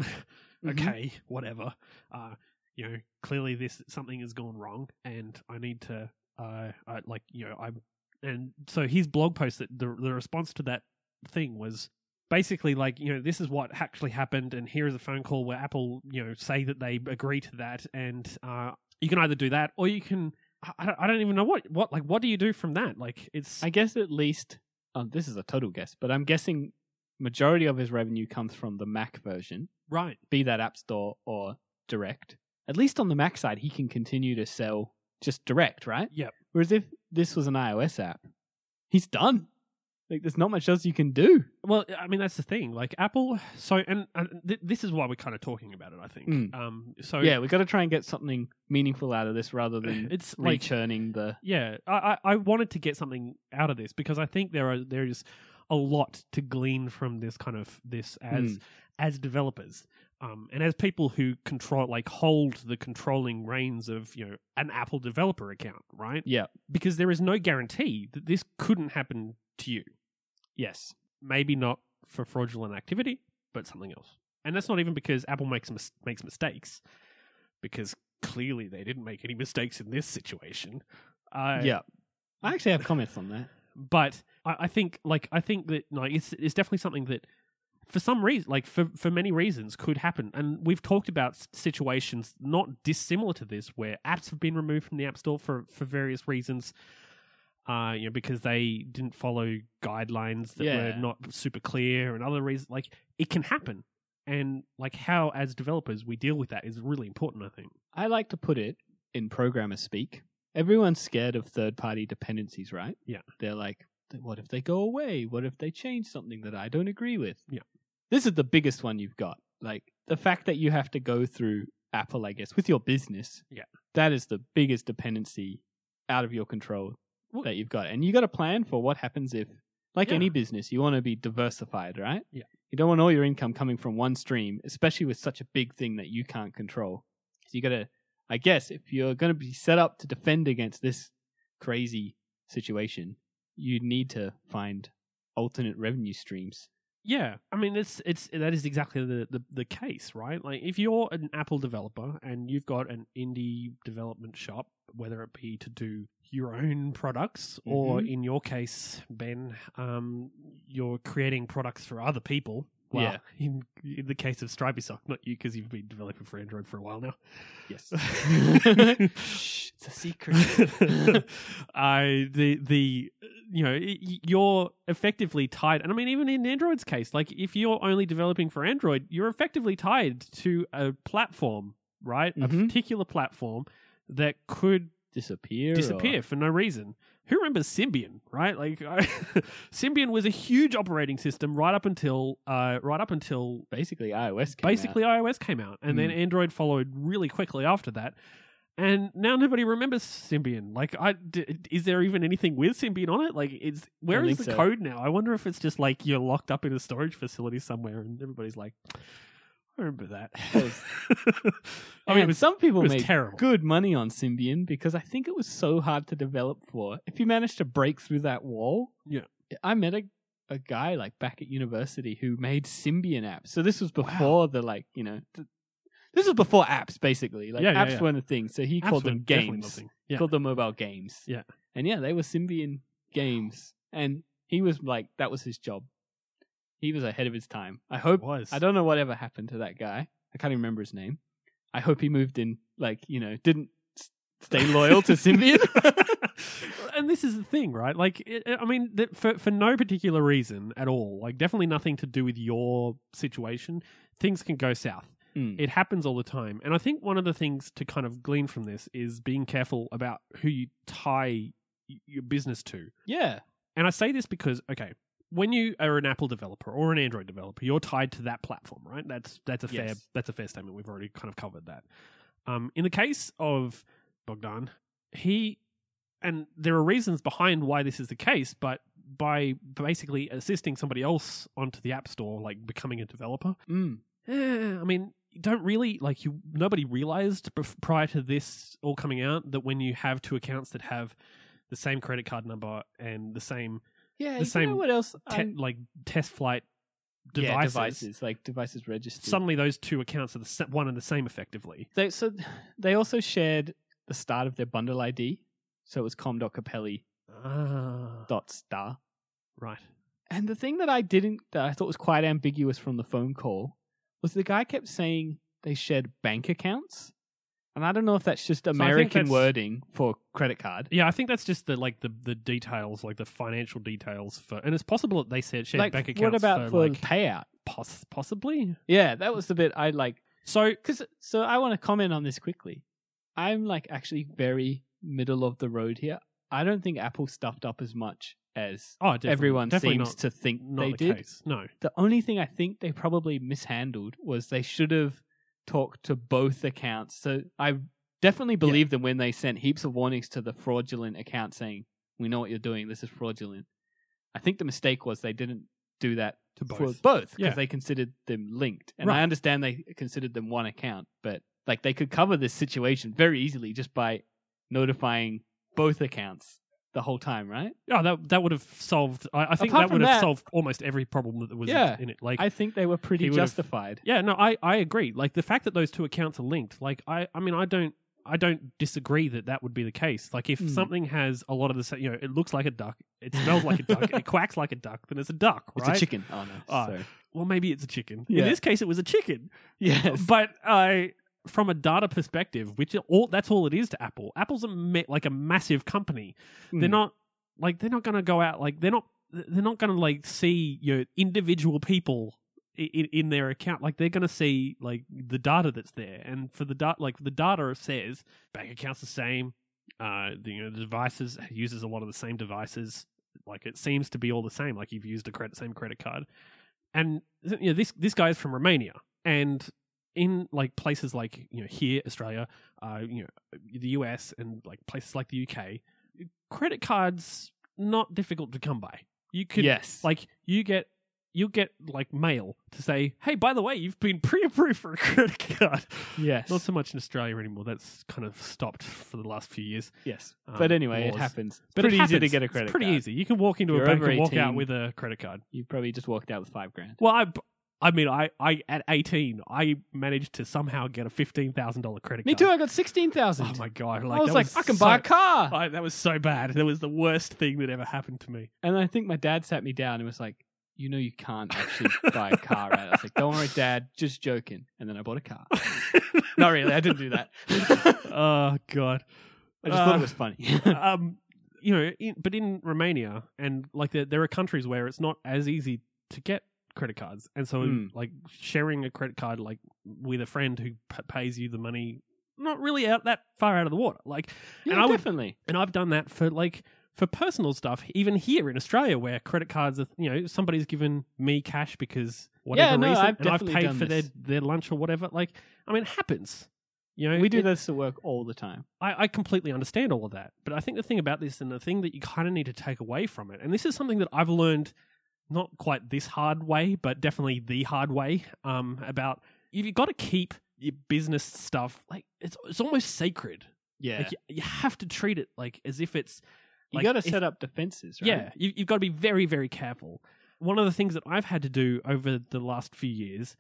Speaker 2: Mm-hmm.
Speaker 1: okay whatever uh you know clearly this something has gone wrong and i need to uh I, like you know i'm and so his blog post that the, the response to that thing was basically like you know this is what actually happened and here is a phone call where apple you know say that they agree to that and uh you can either do that or you can I- I don't, I don't even know what what like what do you do from that like it's
Speaker 2: I guess at least oh, this is a total guess, but I'm guessing majority of his revenue comes from the Mac version.
Speaker 1: right
Speaker 2: be that App Store or direct, at least on the Mac side, he can continue to sell just direct, right?
Speaker 1: Yep.
Speaker 2: Whereas if this was an iOS app, he's done. Like, there's not much else you can do.
Speaker 1: Well, I mean that's the thing. Like Apple, so and, and th- this is why we're kind of talking about it. I think.
Speaker 2: Mm.
Speaker 1: Um. So
Speaker 2: yeah, we got to try and get something meaningful out of this rather than
Speaker 1: it's like
Speaker 2: rechurning the.
Speaker 1: yeah. I, I I wanted to get something out of this because I think there are there is a lot to glean from this kind of this as
Speaker 2: Mm.
Speaker 1: as developers. Um, and as people who control, like, hold the controlling reins of you know an Apple developer account, right?
Speaker 2: Yeah.
Speaker 1: Because there is no guarantee that this couldn't happen to you.
Speaker 2: Yes.
Speaker 1: maybe not for fraudulent activity, but something else. And that's not even because Apple makes mis- makes mistakes, because clearly they didn't make any mistakes in this situation. Uh,
Speaker 2: yeah. I actually have comments on that.
Speaker 1: but I, I think like I think that like it's it's definitely something that for some reason like for for many reasons could happen and we've talked about s- situations not dissimilar to this where apps have been removed from the app store for for various reasons uh you know because they didn't follow guidelines that were
Speaker 2: Yeah.
Speaker 1: not super clear and other reasons like it can happen and like how as developers we deal with that is really important i think
Speaker 2: I like to put it in programmer speak. Everyone's scared of third party dependencies, right?
Speaker 1: Yeah.
Speaker 2: They're like, what if they go away? What if they change something that I don't agree with?
Speaker 1: Yeah.
Speaker 2: This is the biggest one you've got. Like the fact that you have to go through Apple, I guess, with your business.
Speaker 1: Yeah.
Speaker 2: That is the biggest dependency out of your control
Speaker 1: Well-
Speaker 2: that you've got. And you got to plan for what happens if, like
Speaker 1: Yeah.
Speaker 2: any business, you want to be diversified, right?
Speaker 1: Yeah.
Speaker 2: You don't want all your income coming from one stream, especially with such a big thing that you can't control. So you got to, I guess, if you're going to be set up to defend against this crazy situation, you need to find alternate revenue streams.
Speaker 1: Yeah, I mean it's it's that is exactly the, the the case, right? Like if you're an Apple developer and you've got an indie development shop, whether it be to do your own products or in your case, Ben, um, you're creating products for other people. Well,
Speaker 2: Yeah.
Speaker 1: in, in the case of Stripey Sock, not you because you've been developing for Android for a while now.
Speaker 2: Yes.
Speaker 1: Shh,
Speaker 2: it's a secret.
Speaker 1: I the the you know y- y- you're effectively tied, and I mean even in Android's case, like if you're only developing for Android, you're effectively tied to a platform, right? A
Speaker 2: Mhm.
Speaker 1: particular platform that could
Speaker 2: Disappear. or-
Speaker 1: disappear for no reason. Who remembers Symbian, right? Like I, Symbian was a huge operating system right up until uh, right up until
Speaker 2: basically, iOS. Came Hmm.
Speaker 1: basically iOS came out, and then Android followed really quickly after that. And now nobody remembers Symbian. Like, I d- is there even anything with Symbian on it? Like, it's where
Speaker 2: Don't
Speaker 1: is the
Speaker 2: think so.
Speaker 1: code now? I wonder if it's just like you're locked up in a storage facility somewhere, and everybody's like, "I remember that."
Speaker 2: That was-
Speaker 1: I mean, it
Speaker 2: And
Speaker 1: was,
Speaker 2: some
Speaker 1: it
Speaker 2: people
Speaker 1: was
Speaker 2: made
Speaker 1: terrible.
Speaker 2: good money on Symbian because I think it was so hard to develop for. If you managed to break through that wall,
Speaker 1: Yeah.
Speaker 2: I met a a guy like back at university who made Symbian apps. So this was before the like you know, th- this was before apps basically. Like
Speaker 1: Yeah, yeah,
Speaker 2: apps
Speaker 1: yeah.
Speaker 2: weren't a thing, so he called them
Speaker 1: Absolute- definitely
Speaker 2: games.
Speaker 1: nothing. Yeah.
Speaker 2: Called them mobile games.
Speaker 1: Yeah.
Speaker 2: and yeah, they were Symbian games, and he was like that was his job. He was ahead of his time. I hope.
Speaker 1: was.
Speaker 2: I don't know whatever happened to that guy. I can't even remember his name. I hope he moved in, like you know, didn't s- stay loyal to Symbian.
Speaker 1: and this is the thing, right? Like, it, I mean, that for for no particular reason at all, like definitely nothing to do with your situation, things can go south.
Speaker 2: Mm.
Speaker 1: It happens all the time, and I think one of the things to kind of glean from this is being careful about who you tie y- your business to.
Speaker 2: yeah,
Speaker 1: And I say this because okay, when you are an Apple developer or an Android developer, you're tied to that platform, right? That's that's a fair
Speaker 2: Yes.
Speaker 1: that's a fair statement. We've already kind of covered that. Um, in the case of Bogdan, he and there are reasons behind why this is the case, but by basically assisting somebody else onto the App Store, like becoming a developer,
Speaker 2: mm.
Speaker 1: eh, I mean, you don't really like you. Nobody realized bef- prior to this all coming out that when you have two accounts that have the same credit card number and the same
Speaker 2: yeah. you
Speaker 1: same
Speaker 2: know what else?
Speaker 1: te-
Speaker 2: I'm-
Speaker 1: like test flight devices,
Speaker 2: Yeah, devices like devices registered.
Speaker 1: suddenly those two accounts are the sa- one and the same effectively.
Speaker 2: they, so they also shared the start of their bundle ID, so it was com.capelli
Speaker 1: Ah,
Speaker 2: dot star.
Speaker 1: right.
Speaker 2: And the thing that I didn't, that I thought was quite ambiguous from the phone call, was the guy kept saying they shared bank accounts, and I don't know if that's just
Speaker 1: think
Speaker 2: American
Speaker 1: that's-
Speaker 2: wording for credit card.
Speaker 1: Yeah, I think that's just the like the the details, like the financial details for, and it's possible that they said shared
Speaker 2: like,
Speaker 1: bank accounts.
Speaker 2: what about
Speaker 1: for,
Speaker 2: for
Speaker 1: like
Speaker 2: payout?
Speaker 1: poss- possibly?
Speaker 2: Yeah, that was the bit I like.
Speaker 1: So
Speaker 2: Cause so I want to comment on this quickly. I'm like actually very middle of the road here. I don't think Apple stuffed up as much as
Speaker 1: oh, definitely,
Speaker 2: everyone
Speaker 1: definitely
Speaker 2: seems
Speaker 1: not,
Speaker 2: to think
Speaker 1: not
Speaker 2: they
Speaker 1: the
Speaker 2: did.
Speaker 1: case. No,
Speaker 2: The only thing I think they probably mishandled was they should have talked to both accounts. So I definitely believe them when they sent heaps of warnings to the fraudulent account saying, "We know what you're doing. This is fraudulent." I think the mistake was they didn't do that
Speaker 1: to both.
Speaker 2: for both because
Speaker 1: Yeah.
Speaker 2: they considered them linked. And
Speaker 1: Right.
Speaker 2: I understand they considered them one account, but like they could cover this situation very easily just by notifying both accounts the whole time, right?
Speaker 1: Yeah, that that would have solved. I, I think
Speaker 2: Apart
Speaker 1: that would
Speaker 2: from
Speaker 1: have
Speaker 2: that-
Speaker 1: solved almost every problem that was
Speaker 2: Yeah.
Speaker 1: in it. Like
Speaker 2: I think they were pretty
Speaker 1: He would've-
Speaker 2: justified.
Speaker 1: Yeah, no, I, I agree. Like the fact that those two accounts are linked, like I I mean I don't I don't disagree that that would be the case. Like if
Speaker 2: Mm.
Speaker 1: something has a lot of the same, you know, it looks like a duck, it smells like a duck, it quacks like a duck, then it's a duck, right?
Speaker 2: It's a chicken. Oh no.
Speaker 1: Ah.
Speaker 2: sorry.
Speaker 1: Well, maybe it's a chicken.
Speaker 2: Yeah.
Speaker 1: In this case, it was a chicken.
Speaker 2: Yes.
Speaker 1: But I, from a data perspective, which are all that's all it is to Apple. Apple's a ma- like a massive company. They're
Speaker 2: Mm.
Speaker 1: not like they're not going to go out like they're not they're not going to like see your individual people in, in their account. Like they're going to see like the data that's there, and for the data like the data says bank accounts the same. Uh, the, you know, the devices uses a lot of the same devices. Like it seems to be all the same. Like you've used a credit same credit card, and you know this this guy is from Romania, and in like places like you know here Australia, uh, you know the US, and like places like the UK, credit cards not difficult to come by. You could
Speaker 2: yes.
Speaker 1: like you get you'll get like mail to say, hey, by the way, you've been pre-approved for a credit card.
Speaker 2: yes.
Speaker 1: Not so much in Australia anymore. That's kind of stopped for the last few years.
Speaker 2: yes.
Speaker 1: um,
Speaker 2: but anyway, it
Speaker 1: laws.
Speaker 2: happens. It's
Speaker 1: But
Speaker 2: pretty
Speaker 1: it
Speaker 2: easy to
Speaker 1: happens.
Speaker 2: get a
Speaker 1: It's
Speaker 2: credit
Speaker 1: pretty
Speaker 2: card.
Speaker 1: easy. You can walk into
Speaker 2: You're
Speaker 1: a bank
Speaker 2: over
Speaker 1: and walk out
Speaker 2: 18.
Speaker 1: with a credit card.
Speaker 2: You probably just walked out with five grand.
Speaker 1: Well, I, I mean, I, I at eighteen, I managed to somehow get a fifteen thousand dollar credit
Speaker 2: Me
Speaker 1: card.
Speaker 2: too. I got sixteen thousand.
Speaker 1: Oh my god! Like,
Speaker 2: I was
Speaker 1: that
Speaker 2: like, I can buy a car.
Speaker 1: So, I, that was so bad. That was the worst thing that ever happened to me.
Speaker 2: And I think my dad sat me down and was like, "You know, you can't actually buy a car." Right? I was like, "Don't worry, Dad. Just joking." And then I bought a car. Not really. I didn't do that. I just
Speaker 1: oh god.
Speaker 2: thought
Speaker 1: Uh,
Speaker 2: it was funny.
Speaker 1: um, you know, in, but in Romania and like there, there are countries where it's not as easy to get credit cards, and so
Speaker 2: Mm.
Speaker 1: like sharing a credit card like with a friend who p- pays you the money, not really out that far out of the water. Like,
Speaker 2: yeah,
Speaker 1: and I would
Speaker 2: definitely.
Speaker 1: and I've done that for like for personal stuff, even here in Australia, where credit cards are, you know, somebody's given me cash because whatever
Speaker 2: Yeah, no,
Speaker 1: reason,
Speaker 2: I've
Speaker 1: and I've
Speaker 2: definitely
Speaker 1: paid
Speaker 2: done
Speaker 1: for
Speaker 2: this.
Speaker 1: their their lunch or whatever. Like, I mean, it happens. You know,
Speaker 2: we do
Speaker 1: it-
Speaker 2: this at work all the time.
Speaker 1: I, I completely understand all of that, but I think the thing about this and the thing that you kind of need to take away from it, and this is something that I've learned not quite this hard way, but definitely the hard way um, about you've got to keep your business stuff like it's it's almost sacred.
Speaker 2: Yeah,
Speaker 1: Like you, you have to treat it like as if it's
Speaker 2: you
Speaker 1: like,
Speaker 2: got to
Speaker 1: if-
Speaker 2: set up defenses. Right?
Speaker 1: yeah, you, you've got to be very, very careful. one of the things that I've had to do over the last few years,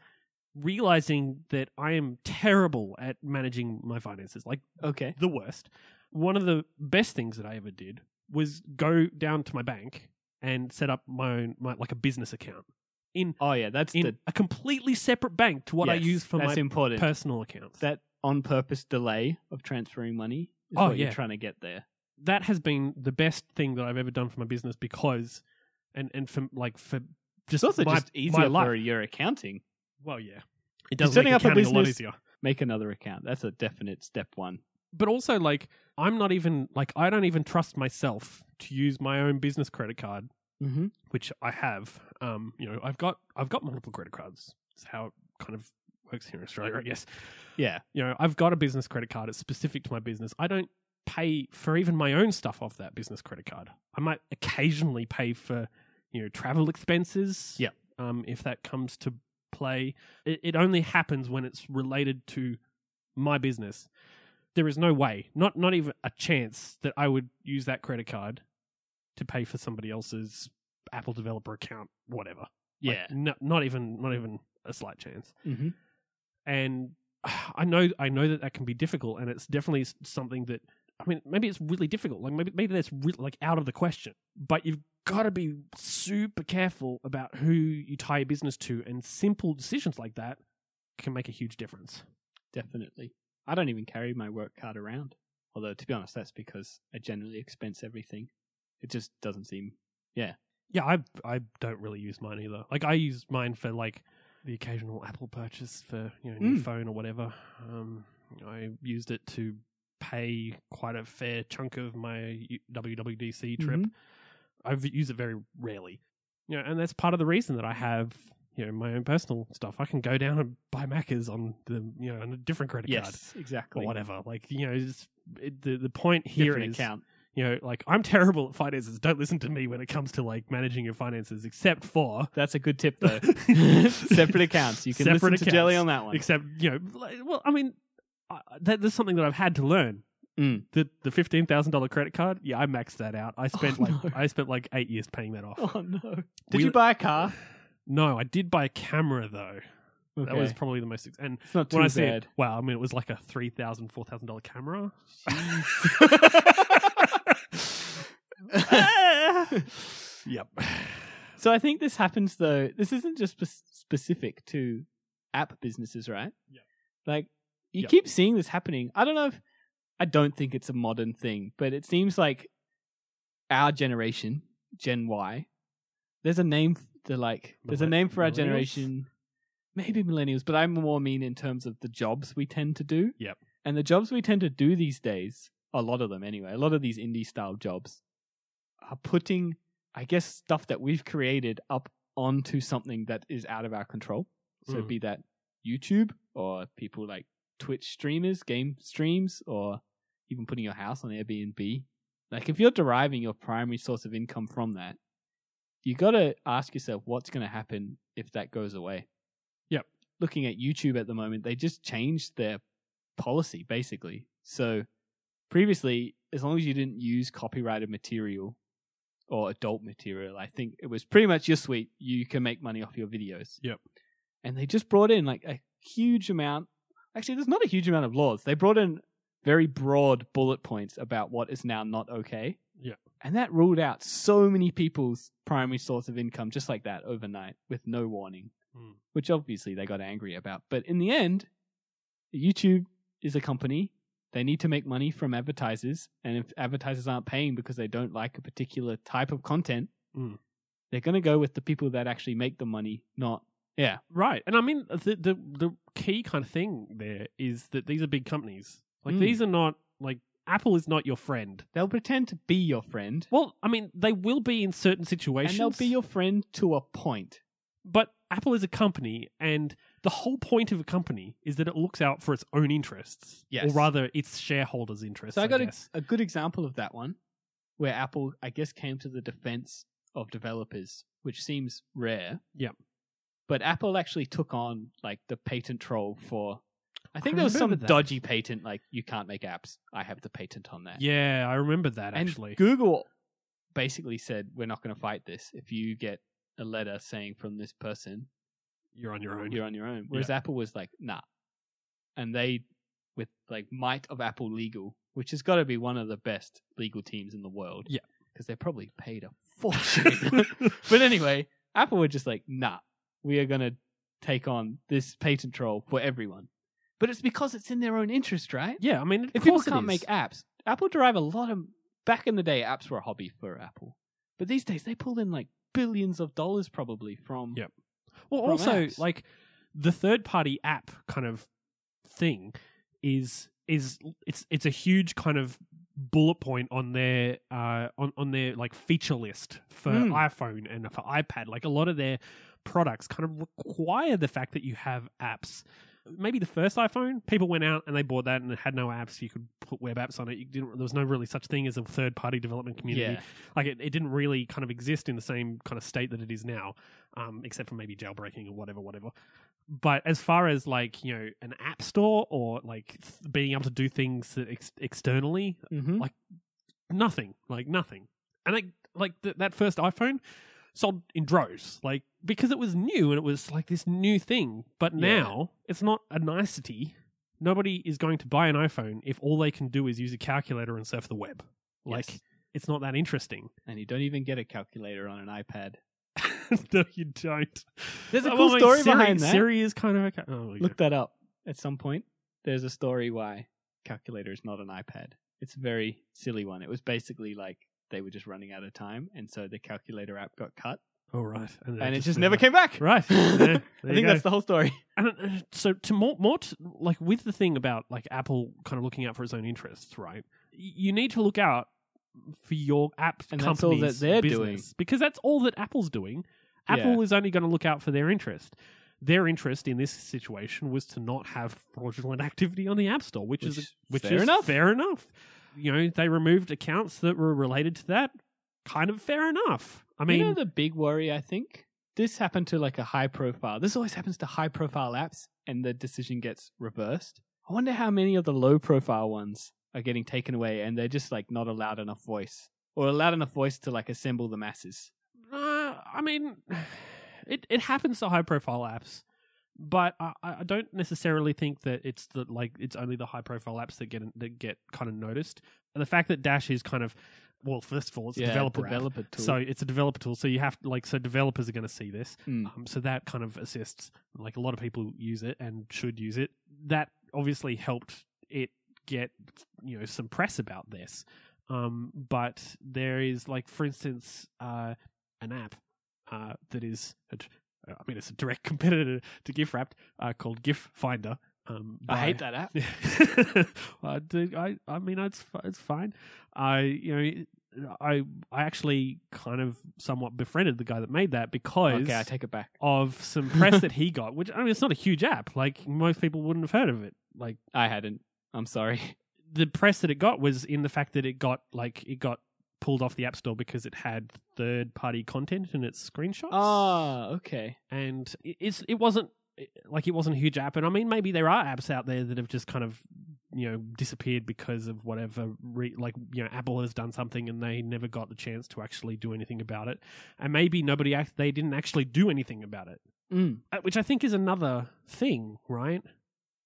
Speaker 1: realizing that I am terrible at managing my finances, like
Speaker 2: Okay.
Speaker 1: the worst. One of the best things that I ever did was go down to my bank and set up my own, my, like a business account in
Speaker 2: Oh yeah, that's
Speaker 1: in
Speaker 2: the
Speaker 1: a completely separate bank to what I
Speaker 2: yes,
Speaker 1: use for
Speaker 2: that's
Speaker 1: my
Speaker 2: important.
Speaker 1: personal accounts.
Speaker 2: that on purpose delay of transferring money is
Speaker 1: Oh,
Speaker 2: what
Speaker 1: yeah.
Speaker 2: you're trying to get there.
Speaker 1: that has been the best thing that I've ever done for my business because, and and for like for just
Speaker 2: It's also
Speaker 1: my,
Speaker 2: just
Speaker 1: my
Speaker 2: easier
Speaker 1: life.
Speaker 2: for your accounting.
Speaker 1: Well, yeah, it does
Speaker 2: setting
Speaker 1: make
Speaker 2: up a
Speaker 1: accounting lot
Speaker 2: business-
Speaker 1: easier.
Speaker 2: Make another account. That's a definite step one.
Speaker 1: But also, like, I'm not even like I don't even trust myself to use my own business credit card,
Speaker 2: Mm-hmm.
Speaker 1: which I have. Um, you know, I've got I've got multiple credit cards. It's how it kind of works here in Australia, I guess.
Speaker 2: Yeah.
Speaker 1: You know, I've got a business credit card. It's specific to my business. I don't pay for even my own stuff off that business credit card. I might occasionally pay for, you know, travel expenses.
Speaker 2: Yep.
Speaker 1: Um, if that comes to play, it, it only happens when it's related to my business. There is no way, not not even a chance, that I would use that credit card to pay for somebody else's Apple developer account, whatever. Like,
Speaker 2: Yeah.
Speaker 1: no, not even not even a slight chance
Speaker 2: mm-hmm.
Speaker 1: and I know I know that that can be difficult, and it's definitely s- something that I mean, maybe it's really difficult. Like maybe maybe that's re- like out of the question. But you've got to be super careful about who you tie your business to, and simple decisions like that can make a huge difference.
Speaker 2: Definitely. I don't even carry my work card around. Although to be honest, that's because I generally expense everything. It just doesn't seem
Speaker 1: Yeah, I I don't really use mine either. Like I use mine for like the occasional Apple purchase for you know new
Speaker 2: Mm.
Speaker 1: phone or whatever. Um, I used it to pay quite a fair chunk of my U- WWDC trip.
Speaker 2: Mhm.
Speaker 1: I use it very rarely, you know, and that's part of the reason that I have you know my own personal stuff. I can go down and buy Macca's on the you know on a different credit card
Speaker 2: yes, exactly
Speaker 1: or whatever. Like you know, it's, it, the the point here
Speaker 2: Different
Speaker 1: is-
Speaker 2: account.
Speaker 1: you know, like I'm terrible at finances. Don't listen to me when it comes to like managing your finances, except for
Speaker 2: That's a good tip though. Separate accounts. You can listen
Speaker 1: Separate
Speaker 2: to Jelly
Speaker 1: accounts.
Speaker 2: on that one.
Speaker 1: Except you know, like, well, I mean, I, that, that's something that I've had to learn.
Speaker 2: Mm.
Speaker 1: The the fifteen thousand dollar credit card, yeah, I maxed that out. I spent
Speaker 2: Oh,
Speaker 1: like
Speaker 2: no.
Speaker 1: I spent like eight years paying that off.
Speaker 2: oh no. Did
Speaker 1: We-
Speaker 2: you buy a car?
Speaker 1: No, I did buy a camera though. That was
Speaker 2: Okay.
Speaker 1: probably the most. Ex- and
Speaker 2: it's not too
Speaker 1: when I
Speaker 2: bad.
Speaker 1: said, wow, I mean, it was like a three thousand, four thousand dollar camera. yep.
Speaker 2: so I think this happens though. This isn't just spe- specific to app businesses, right?
Speaker 1: Yeah.
Speaker 2: Like you
Speaker 1: Yeah.
Speaker 2: keep seeing this happening. I don't know if I don't think it's a modern thing, but it seems like our generation, Gen Y, there's a name f- to like there's a
Speaker 1: Millen-
Speaker 2: name for our
Speaker 1: millennials?
Speaker 2: generation. Maybe millennials, but I more mean in terms of the jobs we tend to do.
Speaker 1: Yep.
Speaker 2: And the jobs we tend to do these days, a lot of them anyway, a lot of these indie style jobs are putting I guess stuff that we've created up onto something that is out of our control. So
Speaker 1: Mm.
Speaker 2: be that YouTube or people like Twitch streamers, game streams, or even putting your house on Airbnb. Like if you're deriving your primary source of income from that, you gotta ask yourself what's gonna happen if that goes away.
Speaker 1: Yep.
Speaker 2: Looking at YouTube at the moment, they just changed their policy basically. So previously, as long as you didn't use copyrighted material or adult material, I think it was pretty much your sweet. You can make money off your videos.
Speaker 1: Yep.
Speaker 2: And they just brought in like a huge amount. Actually, there's not a huge amount of laws. They brought in very broad bullet points about what is now not okay.
Speaker 1: Yeah.
Speaker 2: And that ruled out so many people's primary source of income just like that overnight with no warning,
Speaker 1: Mm.
Speaker 2: which obviously they got angry about. But in the end, YouTube is a company. They need to make money from advertisers. And if advertisers aren't paying because they don't like a particular type of content,
Speaker 1: Mm.
Speaker 2: they're going to go with the people that actually make the money, not. Yeah.
Speaker 1: Right, and I mean the the the key kind of thing there is that these are big companies. Like
Speaker 2: Mm.
Speaker 1: these are not like Apple is not your friend.
Speaker 2: They'll pretend to be your friend.
Speaker 1: Well, I mean they will be in certain situations,
Speaker 2: And they'll be your friend to a point.
Speaker 1: but Apple is a company, and the whole point of a company is that it looks out for its own interests,
Speaker 2: Yes.
Speaker 1: or rather its shareholders' interests.
Speaker 2: So I got a,
Speaker 1: guess.
Speaker 2: a good example of that one where Apple, I guess, came to the defense of developers, which seems rare.
Speaker 1: Yep.
Speaker 2: But Apple actually took on like the patent troll for, I think there was some
Speaker 1: remember that.
Speaker 2: dodgy patent, like you can't make apps. I have the patent on that.
Speaker 1: yeah, I remember that
Speaker 2: and
Speaker 1: actually.
Speaker 2: Google basically said, we're not going to fight this. If you get a letter saying from this person,
Speaker 1: You're on your own.
Speaker 2: you're on your own. Whereas Apple was like, nah. And they, with like might of Apple Legal, which has got to be one of the best legal teams in the world.
Speaker 1: Yeah.
Speaker 2: Because they're probably paid a fortune. but anyway, Apple were just like, nah, we are going to take on this patent troll for everyone. But it's because it's in their own interest, right?
Speaker 1: yeah, I mean, of
Speaker 2: If people
Speaker 1: course it
Speaker 2: can't
Speaker 1: is.
Speaker 2: make apps, Apple derive a lot of. Back in the day, apps were a hobby for Apple. But these days, they pull in like billions of dollars probably from.
Speaker 1: Yeah. Well,
Speaker 2: from
Speaker 1: also
Speaker 2: apps.
Speaker 1: like the third party app kind of thing is is it's it's a huge kind of bullet point on their uh on on their like feature list for
Speaker 2: Mm.
Speaker 1: iPhone and for iPad. Like a lot of their products kind of require the fact that you have apps. Maybe the first iPhone, people went out and they bought that and it had no apps. You could put web apps on it. You didn't, there was no really such thing as a third party development community
Speaker 2: Yeah.
Speaker 1: like it, it didn't really kind of exist in the same kind of state that it is now um, except for maybe jailbreaking or whatever whatever but as far as like you know an app store or like th- being able to do things that ex- externally
Speaker 2: Mm-hmm.
Speaker 1: nothing like nothing and it, like th- that first iphone sold in droves like because it was new and it was like this new thing but
Speaker 2: Yeah.
Speaker 1: now it's not a nicety nobody is going to buy an iphone if all they can do is use a calculator and surf the web like
Speaker 2: Yes.
Speaker 1: it's not that interesting
Speaker 2: and you don't even get a calculator on an iPad.
Speaker 1: Oh, no, you don't.
Speaker 2: There's a
Speaker 1: Oh,
Speaker 2: cool
Speaker 1: wait,
Speaker 2: story
Speaker 1: Siri,
Speaker 2: behind that.
Speaker 1: Siri is kind of a. ca- Oh,
Speaker 2: Look that up at some point. There's a story why calculator is not an iPad. It's a very silly one. It was basically like they were just running out of time, and so the calculator app got cut,
Speaker 1: all right, then
Speaker 2: and it just,
Speaker 1: went
Speaker 2: never
Speaker 1: up.
Speaker 2: came back.
Speaker 1: Right. Yeah,
Speaker 2: I
Speaker 1: there
Speaker 2: I
Speaker 1: you
Speaker 2: think
Speaker 1: go.
Speaker 2: that's the whole story.
Speaker 1: And, uh, so to more, more to, like with the thing about like Apple kind of looking out for its own interests, right? Y- You need to look out for your app
Speaker 2: And that's all
Speaker 1: company's
Speaker 2: that they're
Speaker 1: business
Speaker 2: doing.
Speaker 1: because that's all that Apple's doing. Apple is only going to look out for their interest. Their interest in this situation was to not have fraudulent activity on the App Store, which,
Speaker 2: Which
Speaker 1: is
Speaker 2: is
Speaker 1: which
Speaker 2: fair
Speaker 1: is
Speaker 2: enough.
Speaker 1: fair enough. You know, they removed accounts that were related to that. Kind of fair enough. I mean,
Speaker 2: you know the big worry. I think this happened to like a high profile. This always happens to high profile apps, and the decision gets reversed. I wonder how many of the low profile ones are getting taken away, and they're just like not allowed enough voice, or allowed enough voice to like assemble the masses.
Speaker 1: Uh, I mean, it it happens to high profile apps, but I, I I don't necessarily think that it's the like it's only the high profile apps that get that get kind of noticed. And the fact that Dash is kind of well, first of all, it's a developer, app.
Speaker 2: developer tool.
Speaker 1: so it's a developer tool. So you have to, like so developers are going to see this.
Speaker 2: Mm.
Speaker 1: Um, so that kind of assists. Like a lot of people use it and should use it. That obviously helped it get you know some press about this. Um, but there is like, for instance, uh, an app uh, that is, a, d- I mean, it's a direct competitor to GIF Wrapped uh, called GIF Finder. Um,
Speaker 2: I
Speaker 1: by-
Speaker 2: hate that app.
Speaker 1: I, do, I I mean it's fi- it's fine. I you know I I actually kind of somewhat befriended the guy that made that because
Speaker 2: Okay, I take it back.
Speaker 1: of some press that he got, which I mean it's not a huge app. Like most people wouldn't have heard of it. Like
Speaker 2: I hadn't. I'm sorry.
Speaker 1: the press that it got was in the fact that it got like it got pulled off the app store because it had third party content in its screenshots
Speaker 2: Ah, okay.
Speaker 1: and it- it's it wasn't like it wasn't a huge app and i mean maybe there are apps out there that have just kind of you know disappeared because of whatever re- like you know apple has done something and they never got the chance to actually do anything about it and maybe nobody act- they didn't actually do anything about it
Speaker 2: Mm.
Speaker 1: Uh, which i think is another thing right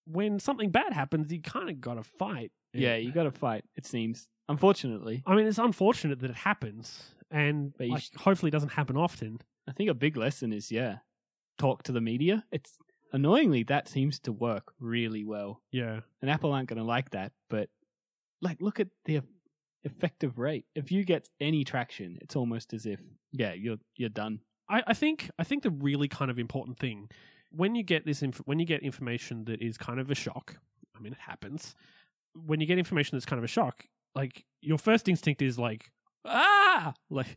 Speaker 1: when something bad happens you kind of got to fight
Speaker 2: Yeah, you got to fight. It seems. Unfortunately,
Speaker 1: i mean it's unfortunate that it happens and
Speaker 2: But you
Speaker 1: like,
Speaker 2: sh-
Speaker 1: hopefully it doesn't happen often
Speaker 2: I think a big lesson is yeah, talk to the media. It's annoyingly that seems to work really well,
Speaker 1: yeah
Speaker 2: and Apple aren't going to like that. But like, look at the eff- effective rate. If you get any traction, it's almost as if yeah, you're you're done.
Speaker 1: I, I think I think the really kind of important thing when you get this inf- when you get information that is kind of a shock. I mean, it happens. When you get information that's kind of a shock, like your first instinct is like ah, like,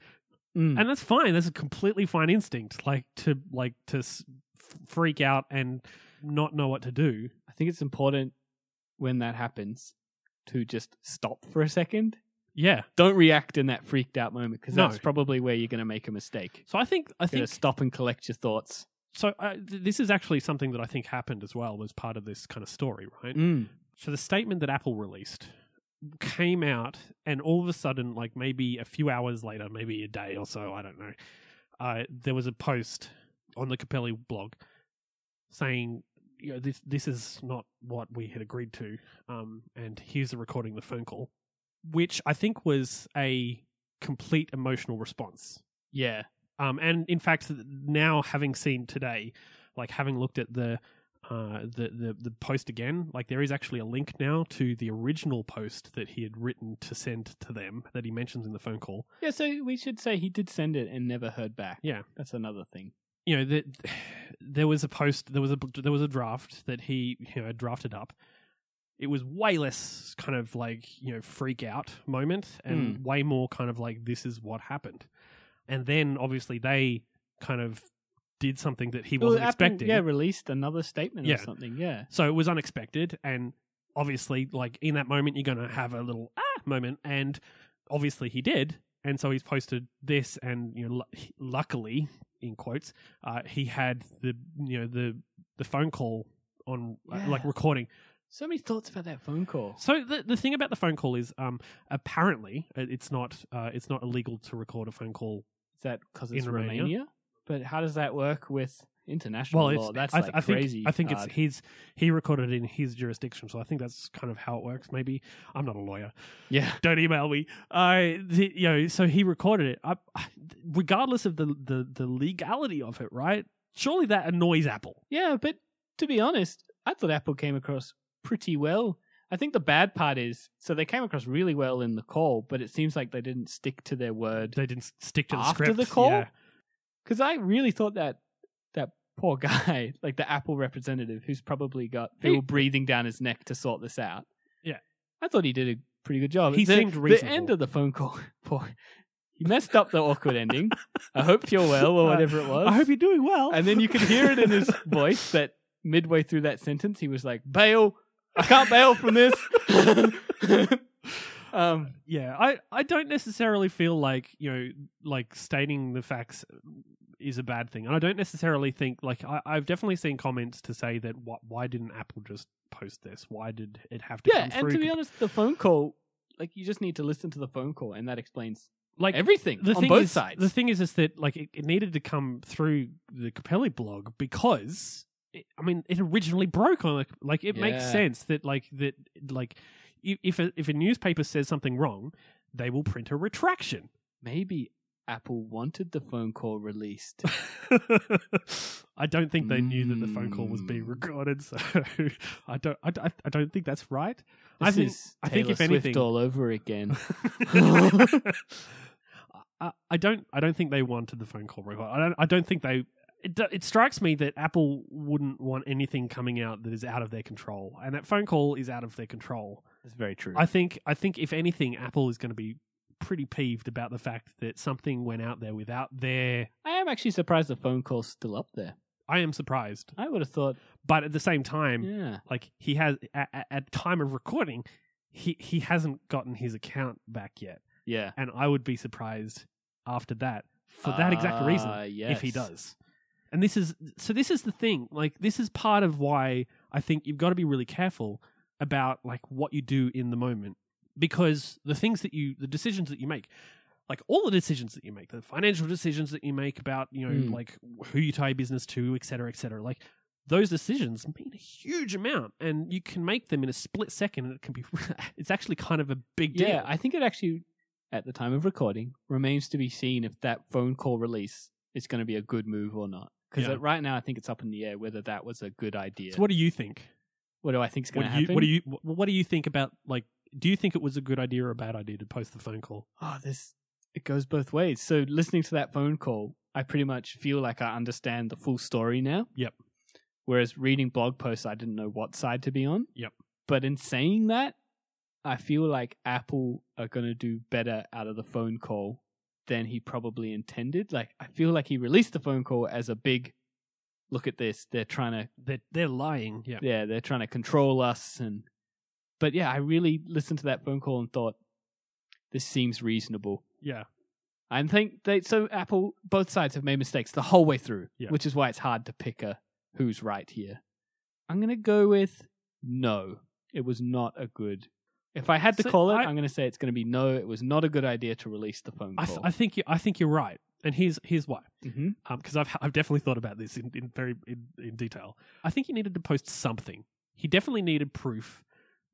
Speaker 2: Mm.
Speaker 1: and that's fine. That's a completely fine instinct, like to like to s- f- freak out and not know what to do.
Speaker 2: I think it's important when that happens to just stop for a second.
Speaker 1: Yeah.
Speaker 2: Don't react in that freaked out moment because
Speaker 1: No.
Speaker 2: that's probably where you're going to make a mistake.
Speaker 1: So I think I
Speaker 2: You're going
Speaker 1: think
Speaker 2: to stop and collect your thoughts.
Speaker 1: so. Uh, th- this is actually something that I think happened as well was part of this kind of story, right?
Speaker 2: Mm.
Speaker 1: So the statement that Apple released came out, and all of a sudden, like maybe a few hours later, maybe a day or so, I don't know, uh, there was a post on the Capelli blog saying, you know, this this is not what we had agreed to, um, and here's a recording of the phone call, which I think was a complete emotional response.
Speaker 2: Yeah.
Speaker 1: Um, and in fact, now having seen today, like having looked at the uh, the, the the post again, like there is actually a link now to the original post that he had written to send to them that he mentions in the phone call.
Speaker 2: Yeah, so we should say he did send it and never heard back.
Speaker 1: Yeah.
Speaker 2: That's another thing.
Speaker 1: You know that there was a post, there was a there was a draft that he you know had drafted up. It was way less kind of like you know freak out moment,
Speaker 2: Hmm.
Speaker 1: and way more kind of like this is what happened. And then obviously they kind of did something that he
Speaker 2: Well,
Speaker 1: wasn't
Speaker 2: Apple,
Speaker 1: expecting.
Speaker 2: Yeah, released another statement
Speaker 1: Yeah.
Speaker 2: or something. Yeah.
Speaker 1: So it was unexpected, and obviously, like in that moment, you're going to have a little ah moment, and obviously he did, and so he's posted this, and you know, lu- luckily in quotes, uh, he had the you know the the phone call on uh,
Speaker 2: Yeah.
Speaker 1: like recording.
Speaker 2: So many thoughts about that phone call.
Speaker 1: So the the thing about the phone call is, um, apparently it- it's not uh, it's not illegal to record a phone call.
Speaker 2: Is that because
Speaker 1: In
Speaker 2: it's
Speaker 1: Romania?
Speaker 2: Romania? But how does that work with international law?
Speaker 1: it's
Speaker 2: That's
Speaker 1: I,
Speaker 2: like
Speaker 1: I think
Speaker 2: crazy.
Speaker 1: I think
Speaker 2: hard.
Speaker 1: it's his he recorded it in his jurisdiction, so I think that's kind of how it works. Maybe I'm not a lawyer.
Speaker 2: yeah.
Speaker 1: don't email me. Uh, the, you know, so he recorded it. I, I- regardless of the, the the legality of it, right? Surely that annoys Apple.
Speaker 2: Yeah, but to be honest, I thought Apple came across pretty well. I think the bad part is so they came across really well in the call, but it seems like they didn't stick to their word.
Speaker 1: They didn't s- stick to the
Speaker 2: After
Speaker 1: script.
Speaker 2: the call?
Speaker 1: Yeah.
Speaker 2: Because I really thought that that poor guy, like the Apple representative, who's probably got
Speaker 1: He-
Speaker 2: people breathing down his neck to sort this out.
Speaker 1: Yeah.
Speaker 2: I thought he did a pretty good job.
Speaker 1: He
Speaker 2: the,
Speaker 1: seemed
Speaker 2: The
Speaker 1: reasonable.
Speaker 2: end of the phone call, poor, he messed up the awkward ending. I hope you're well, or
Speaker 1: Uh,
Speaker 2: whatever it was.
Speaker 1: I hope you're doing well.
Speaker 2: And then you could hear it in his voice that midway through that sentence, he was like, bail. I can't bail from this. um,
Speaker 1: yeah, I I don't necessarily feel like you know like stating the facts is a bad thing, and I don't necessarily think like I, I've definitely seen comments to say that why, why didn't Apple just post this? Why did it have to?
Speaker 2: yeah,
Speaker 1: come
Speaker 2: and
Speaker 1: through?
Speaker 2: to be honest, the phone call, like, you just need to listen to the phone call, and that explains
Speaker 1: like
Speaker 2: everything
Speaker 1: the
Speaker 2: on
Speaker 1: thing
Speaker 2: both
Speaker 1: is,
Speaker 2: sides.
Speaker 1: The thing is, is that like it, it needed to come through the Capelli blog because it, I mean it originally broke on like, like it makes
Speaker 2: Yeah.
Speaker 1: sense that like that like i- if a, if a newspaper says something wrong, they will print a retraction.
Speaker 2: Maybe Apple wanted the phone call released.
Speaker 1: I don't think they knew that the phone call was being
Speaker 2: Mm.
Speaker 1: recorded, so I don't. I, I, I don't think that's right. I
Speaker 2: This
Speaker 1: think-
Speaker 2: is
Speaker 1: I think
Speaker 2: Taylor
Speaker 1: if
Speaker 2: Swift
Speaker 1: anything-
Speaker 2: all over again.
Speaker 1: I, I don't. I don't think they wanted the phone call record. I don't. I don't think they. It, do- it strikes me that Apple wouldn't want anything coming out that is out of their control, and that phone call is out of their control.
Speaker 2: That's very true.
Speaker 1: I think. I think if anything, Apple is going to be pretty peeved about the fact that something went out there without their.
Speaker 2: I am actually surprised the phone call's still up there.
Speaker 1: I am surprised,
Speaker 2: I would have thought,
Speaker 1: but at the same time,
Speaker 2: yeah.
Speaker 1: like he has at, at- at time of recording, he he hasn't gotten his account back yet,
Speaker 2: Yeah.
Speaker 1: and I would be surprised after that for that exact reason.
Speaker 2: Ah,
Speaker 1: if he
Speaker 2: yes.
Speaker 1: does. And this is so this is the thing. Like this is part of why I think you've got to be really careful about like what you do in the moment because the things that you the decisions that you make like all the decisions that you make the financial decisions that you make about you know
Speaker 2: Mm.
Speaker 1: like who you tie your business to et cetera et cetera like those decisions mean a huge amount and you can make them in a split second and it can be it's actually kind of a big deal
Speaker 2: Yeah, I think it actually, at the time of recording, remains to be seen if that phone call release is going to be a good move or not. Because
Speaker 1: Yeah.
Speaker 2: right now, I think it's up in the air whether that was a good idea.
Speaker 1: so what do you think
Speaker 2: what do I think is
Speaker 1: What
Speaker 2: going to
Speaker 1: do, you,
Speaker 2: happen?
Speaker 1: what do you wh- what do you think about like? Do you think it was a good idea or a bad idea to post the phone call?
Speaker 2: Oh, this it goes both ways. So listening to that phone call, I pretty much feel like I understand the full story now.
Speaker 1: Yep.
Speaker 2: Whereas reading blog posts, I didn't know what side to be on.
Speaker 1: Yep.
Speaker 2: But in saying that, I feel like Apple are going to do better out of the phone call than he probably intended. Like I feel like he released the phone call as a big look at this. They're trying to
Speaker 1: They're they're lying. Yeah,
Speaker 2: yeah, they're trying to control us and but yeah, I really listened to that phone call and thought this seems reasonable.
Speaker 1: yeah.
Speaker 2: I think they so Apple both sides have made mistakes the whole way through,
Speaker 1: Yeah.
Speaker 2: which is why it's hard to pick a who's right here. I'm gonna go with no. It was not a good. If I had to
Speaker 1: So
Speaker 2: call it,
Speaker 1: I-
Speaker 2: I, am gonna say it's gonna be no. It was not a good idea to release the phone
Speaker 1: I, th-
Speaker 2: call.
Speaker 1: I think you, I think you're right, and here's here's why.
Speaker 2: Mm-hmm.
Speaker 1: Because um, I've I've definitely thought about this in, in very in, in detail. I think he needed to post something. He definitely needed proof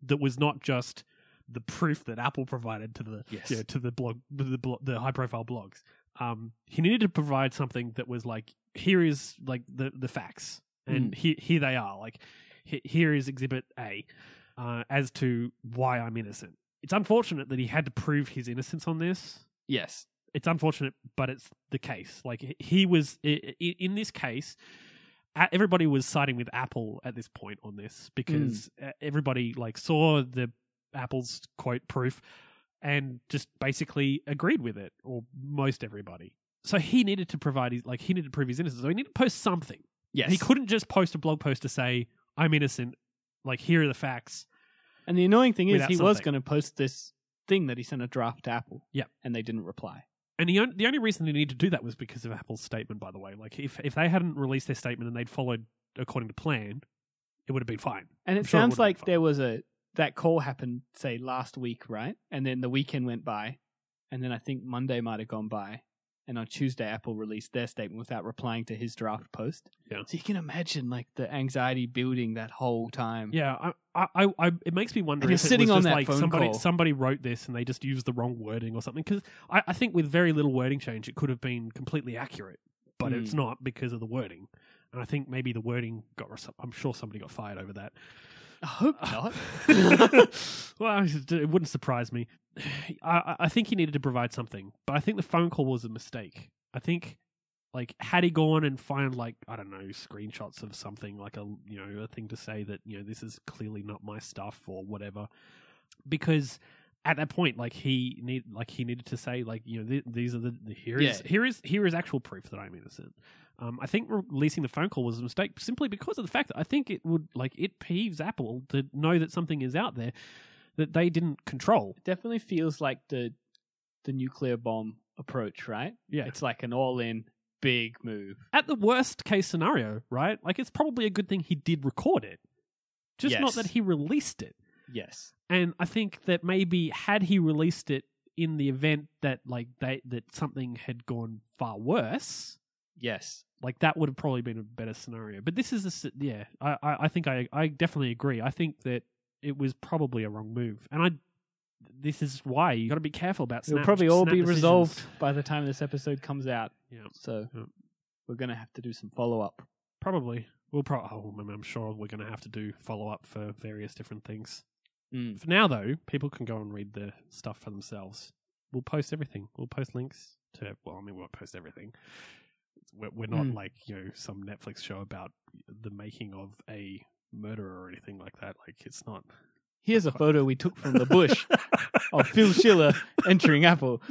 Speaker 1: that was not just the proof that Apple provided to the
Speaker 2: Yes.
Speaker 1: you know, to the blog the blog, the high profile blogs. Um, he needed to provide something that was like here is like the the facts and he- here they are like he- here is exhibit A uh, as to why I'm innocent. It's unfortunate that he had to prove his innocence on this
Speaker 2: Yes.
Speaker 1: it's unfortunate, but it's the case. Like h- he was i- i- in this case, a- everybody was siding with Apple at this point on this because uh, everybody like saw the Apple's quote proof and just basically agreed with it, or most everybody. So he needed to provide his like he needed to prove his innocence. So he needed to post something.
Speaker 2: Yes.
Speaker 1: He couldn't just post a blog post to say I'm innocent. Like here are the facts.
Speaker 2: And the annoying thing is,
Speaker 1: Without
Speaker 2: he was
Speaker 1: something.
Speaker 2: going to post this thing that he sent a draft to Apple.
Speaker 1: Yeah.
Speaker 2: And they didn't reply.
Speaker 1: And the, on- the only reason they needed to do that was because of Apple's statement, by the way. Like, if, if they hadn't released their statement and they'd followed according to plan, it would have been fine.
Speaker 2: And
Speaker 1: I'm
Speaker 2: it
Speaker 1: sure it
Speaker 2: sounds
Speaker 1: would've been
Speaker 2: like
Speaker 1: fine.
Speaker 2: there was a that call happened say last week, right? And then the weekend went by, and then I think Monday might have gone by, and on Tuesday Apple released their statement without replying to his draft post.
Speaker 1: Yeah.
Speaker 2: So you can imagine like the anxiety building that whole time.
Speaker 1: Yeah, I, I, I, I it makes me wonder
Speaker 2: Mm. And you're
Speaker 1: if it
Speaker 2: sitting
Speaker 1: was
Speaker 2: on
Speaker 1: just
Speaker 2: that
Speaker 1: like
Speaker 2: phone
Speaker 1: somebody
Speaker 2: call.
Speaker 1: somebody wrote this and they just used the wrong wording or something. Because I, I think with very little wording change, it could have been completely accurate, but
Speaker 2: Mm.
Speaker 1: it's not because of the wording. And I think maybe the wording got. res- I'm sure somebody got fired over that.
Speaker 2: I hope not.
Speaker 1: well, it wouldn't surprise me. I- I, I think he needed to provide something, but I think the phone call was a mistake. I think, like, had he gone and found like I don't know screenshots of something like a you know a thing to say that you know this is clearly not my stuff or whatever, because at that point like he need like he needed to say like you know th- these are the, the here is
Speaker 2: Yeah.
Speaker 1: here is here is actual proof that I'm innocent. Um, I think releasing the phone call was a mistake simply because of the fact that I think it would like it peeves Apple to know that something is out there that they didn't control.
Speaker 2: It definitely feels like the the nuclear bomb approach, right?
Speaker 1: Yeah.
Speaker 2: It's like an all in big move.
Speaker 1: At the worst case scenario, right? Like it's probably a good thing he did record it. Just not
Speaker 2: Yes.
Speaker 1: that he released it.
Speaker 2: Yes.
Speaker 1: And I think that maybe had he released it in the event that like they that something had gone far worse,
Speaker 2: Yes.
Speaker 1: like that would have probably been a better scenario. But this is a s- yeah. I, I I think I I definitely agree. I think that it was probably a wrong move, and I this is why you got to be careful about. Snap,
Speaker 2: It'll probably all
Speaker 1: snap
Speaker 2: be
Speaker 1: decisions.
Speaker 2: resolved by the time this episode comes out.
Speaker 1: Yeah.
Speaker 2: So
Speaker 1: Yeah.
Speaker 2: we're going to have to do some follow up.
Speaker 1: Probably we'll probably. Oh, I mean, I'm sure we're going to have to do follow up for various different things.
Speaker 2: Mm.
Speaker 1: For now, though, people can go and read the stuff for themselves. We'll post everything. We'll post links to. Well, I mean, we'll post everything. We're, we're not
Speaker 2: Mm.
Speaker 1: like you know some Netflix show about the making of a murderer or anything like that. Like it's not
Speaker 2: Here's a photo we took from the bush of Phil Schiller entering Apple.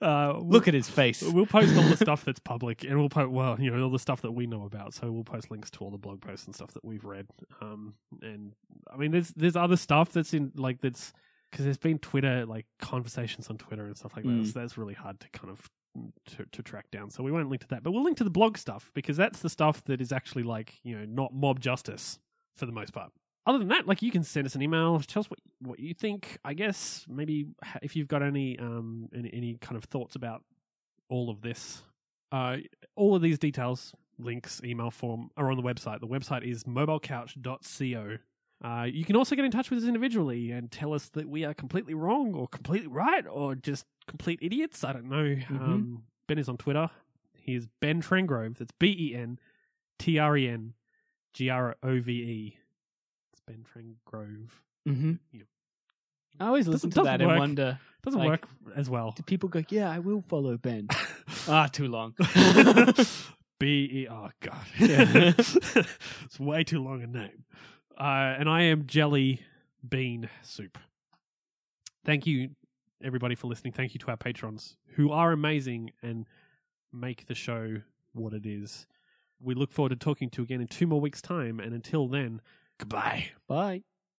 Speaker 1: uh,
Speaker 2: Look at his face.
Speaker 1: We'll post all the stuff that's public, and we'll post well, you know, all the stuff that we know about. So we'll post links to all the blog posts and stuff that we've read. Um, and I mean, there's there's other stuff that's in like that's because there's been Twitter like conversations on Twitter and stuff like that.
Speaker 2: Mm.
Speaker 1: So that's really hard to kind of mm, to, to track down. So we won't link to that, but we'll link to the blog stuff because that's the stuff that is actually like you know not mob justice for the most part. Other than that, like you can send us an email, tell us what what you think. I guess maybe ha- if you've got any um any, any kind of thoughts about all of this, uh, all of these details, links, email form are on the website. The website is mobilecouch.co. Uh, you can also get in touch with us individually and tell us that we are completely wrong or completely right or just complete idiots. I don't know. Um, ben is on Twitter. He is Ben Trengrove. That's B E N T R E N G R O V E. It's Ben Trengrove.
Speaker 2: hmm
Speaker 1: Yeah.
Speaker 2: I always listen to
Speaker 1: doesn't
Speaker 2: that and
Speaker 1: work.
Speaker 2: wonder
Speaker 1: Doesn't
Speaker 2: Like-
Speaker 1: work as well.
Speaker 2: do people go, yeah, I will follow Ben? ah, too long.
Speaker 1: B E R. God,
Speaker 2: Yeah.
Speaker 1: it's way too long a name. Uh, and I am Jelly Bean Soup. Thank you, everybody, for listening. Thank you to our patrons who are amazing and make the show what it is. We look forward to talking to you again in two more weeks' time. And until then, goodbye.
Speaker 2: Bye.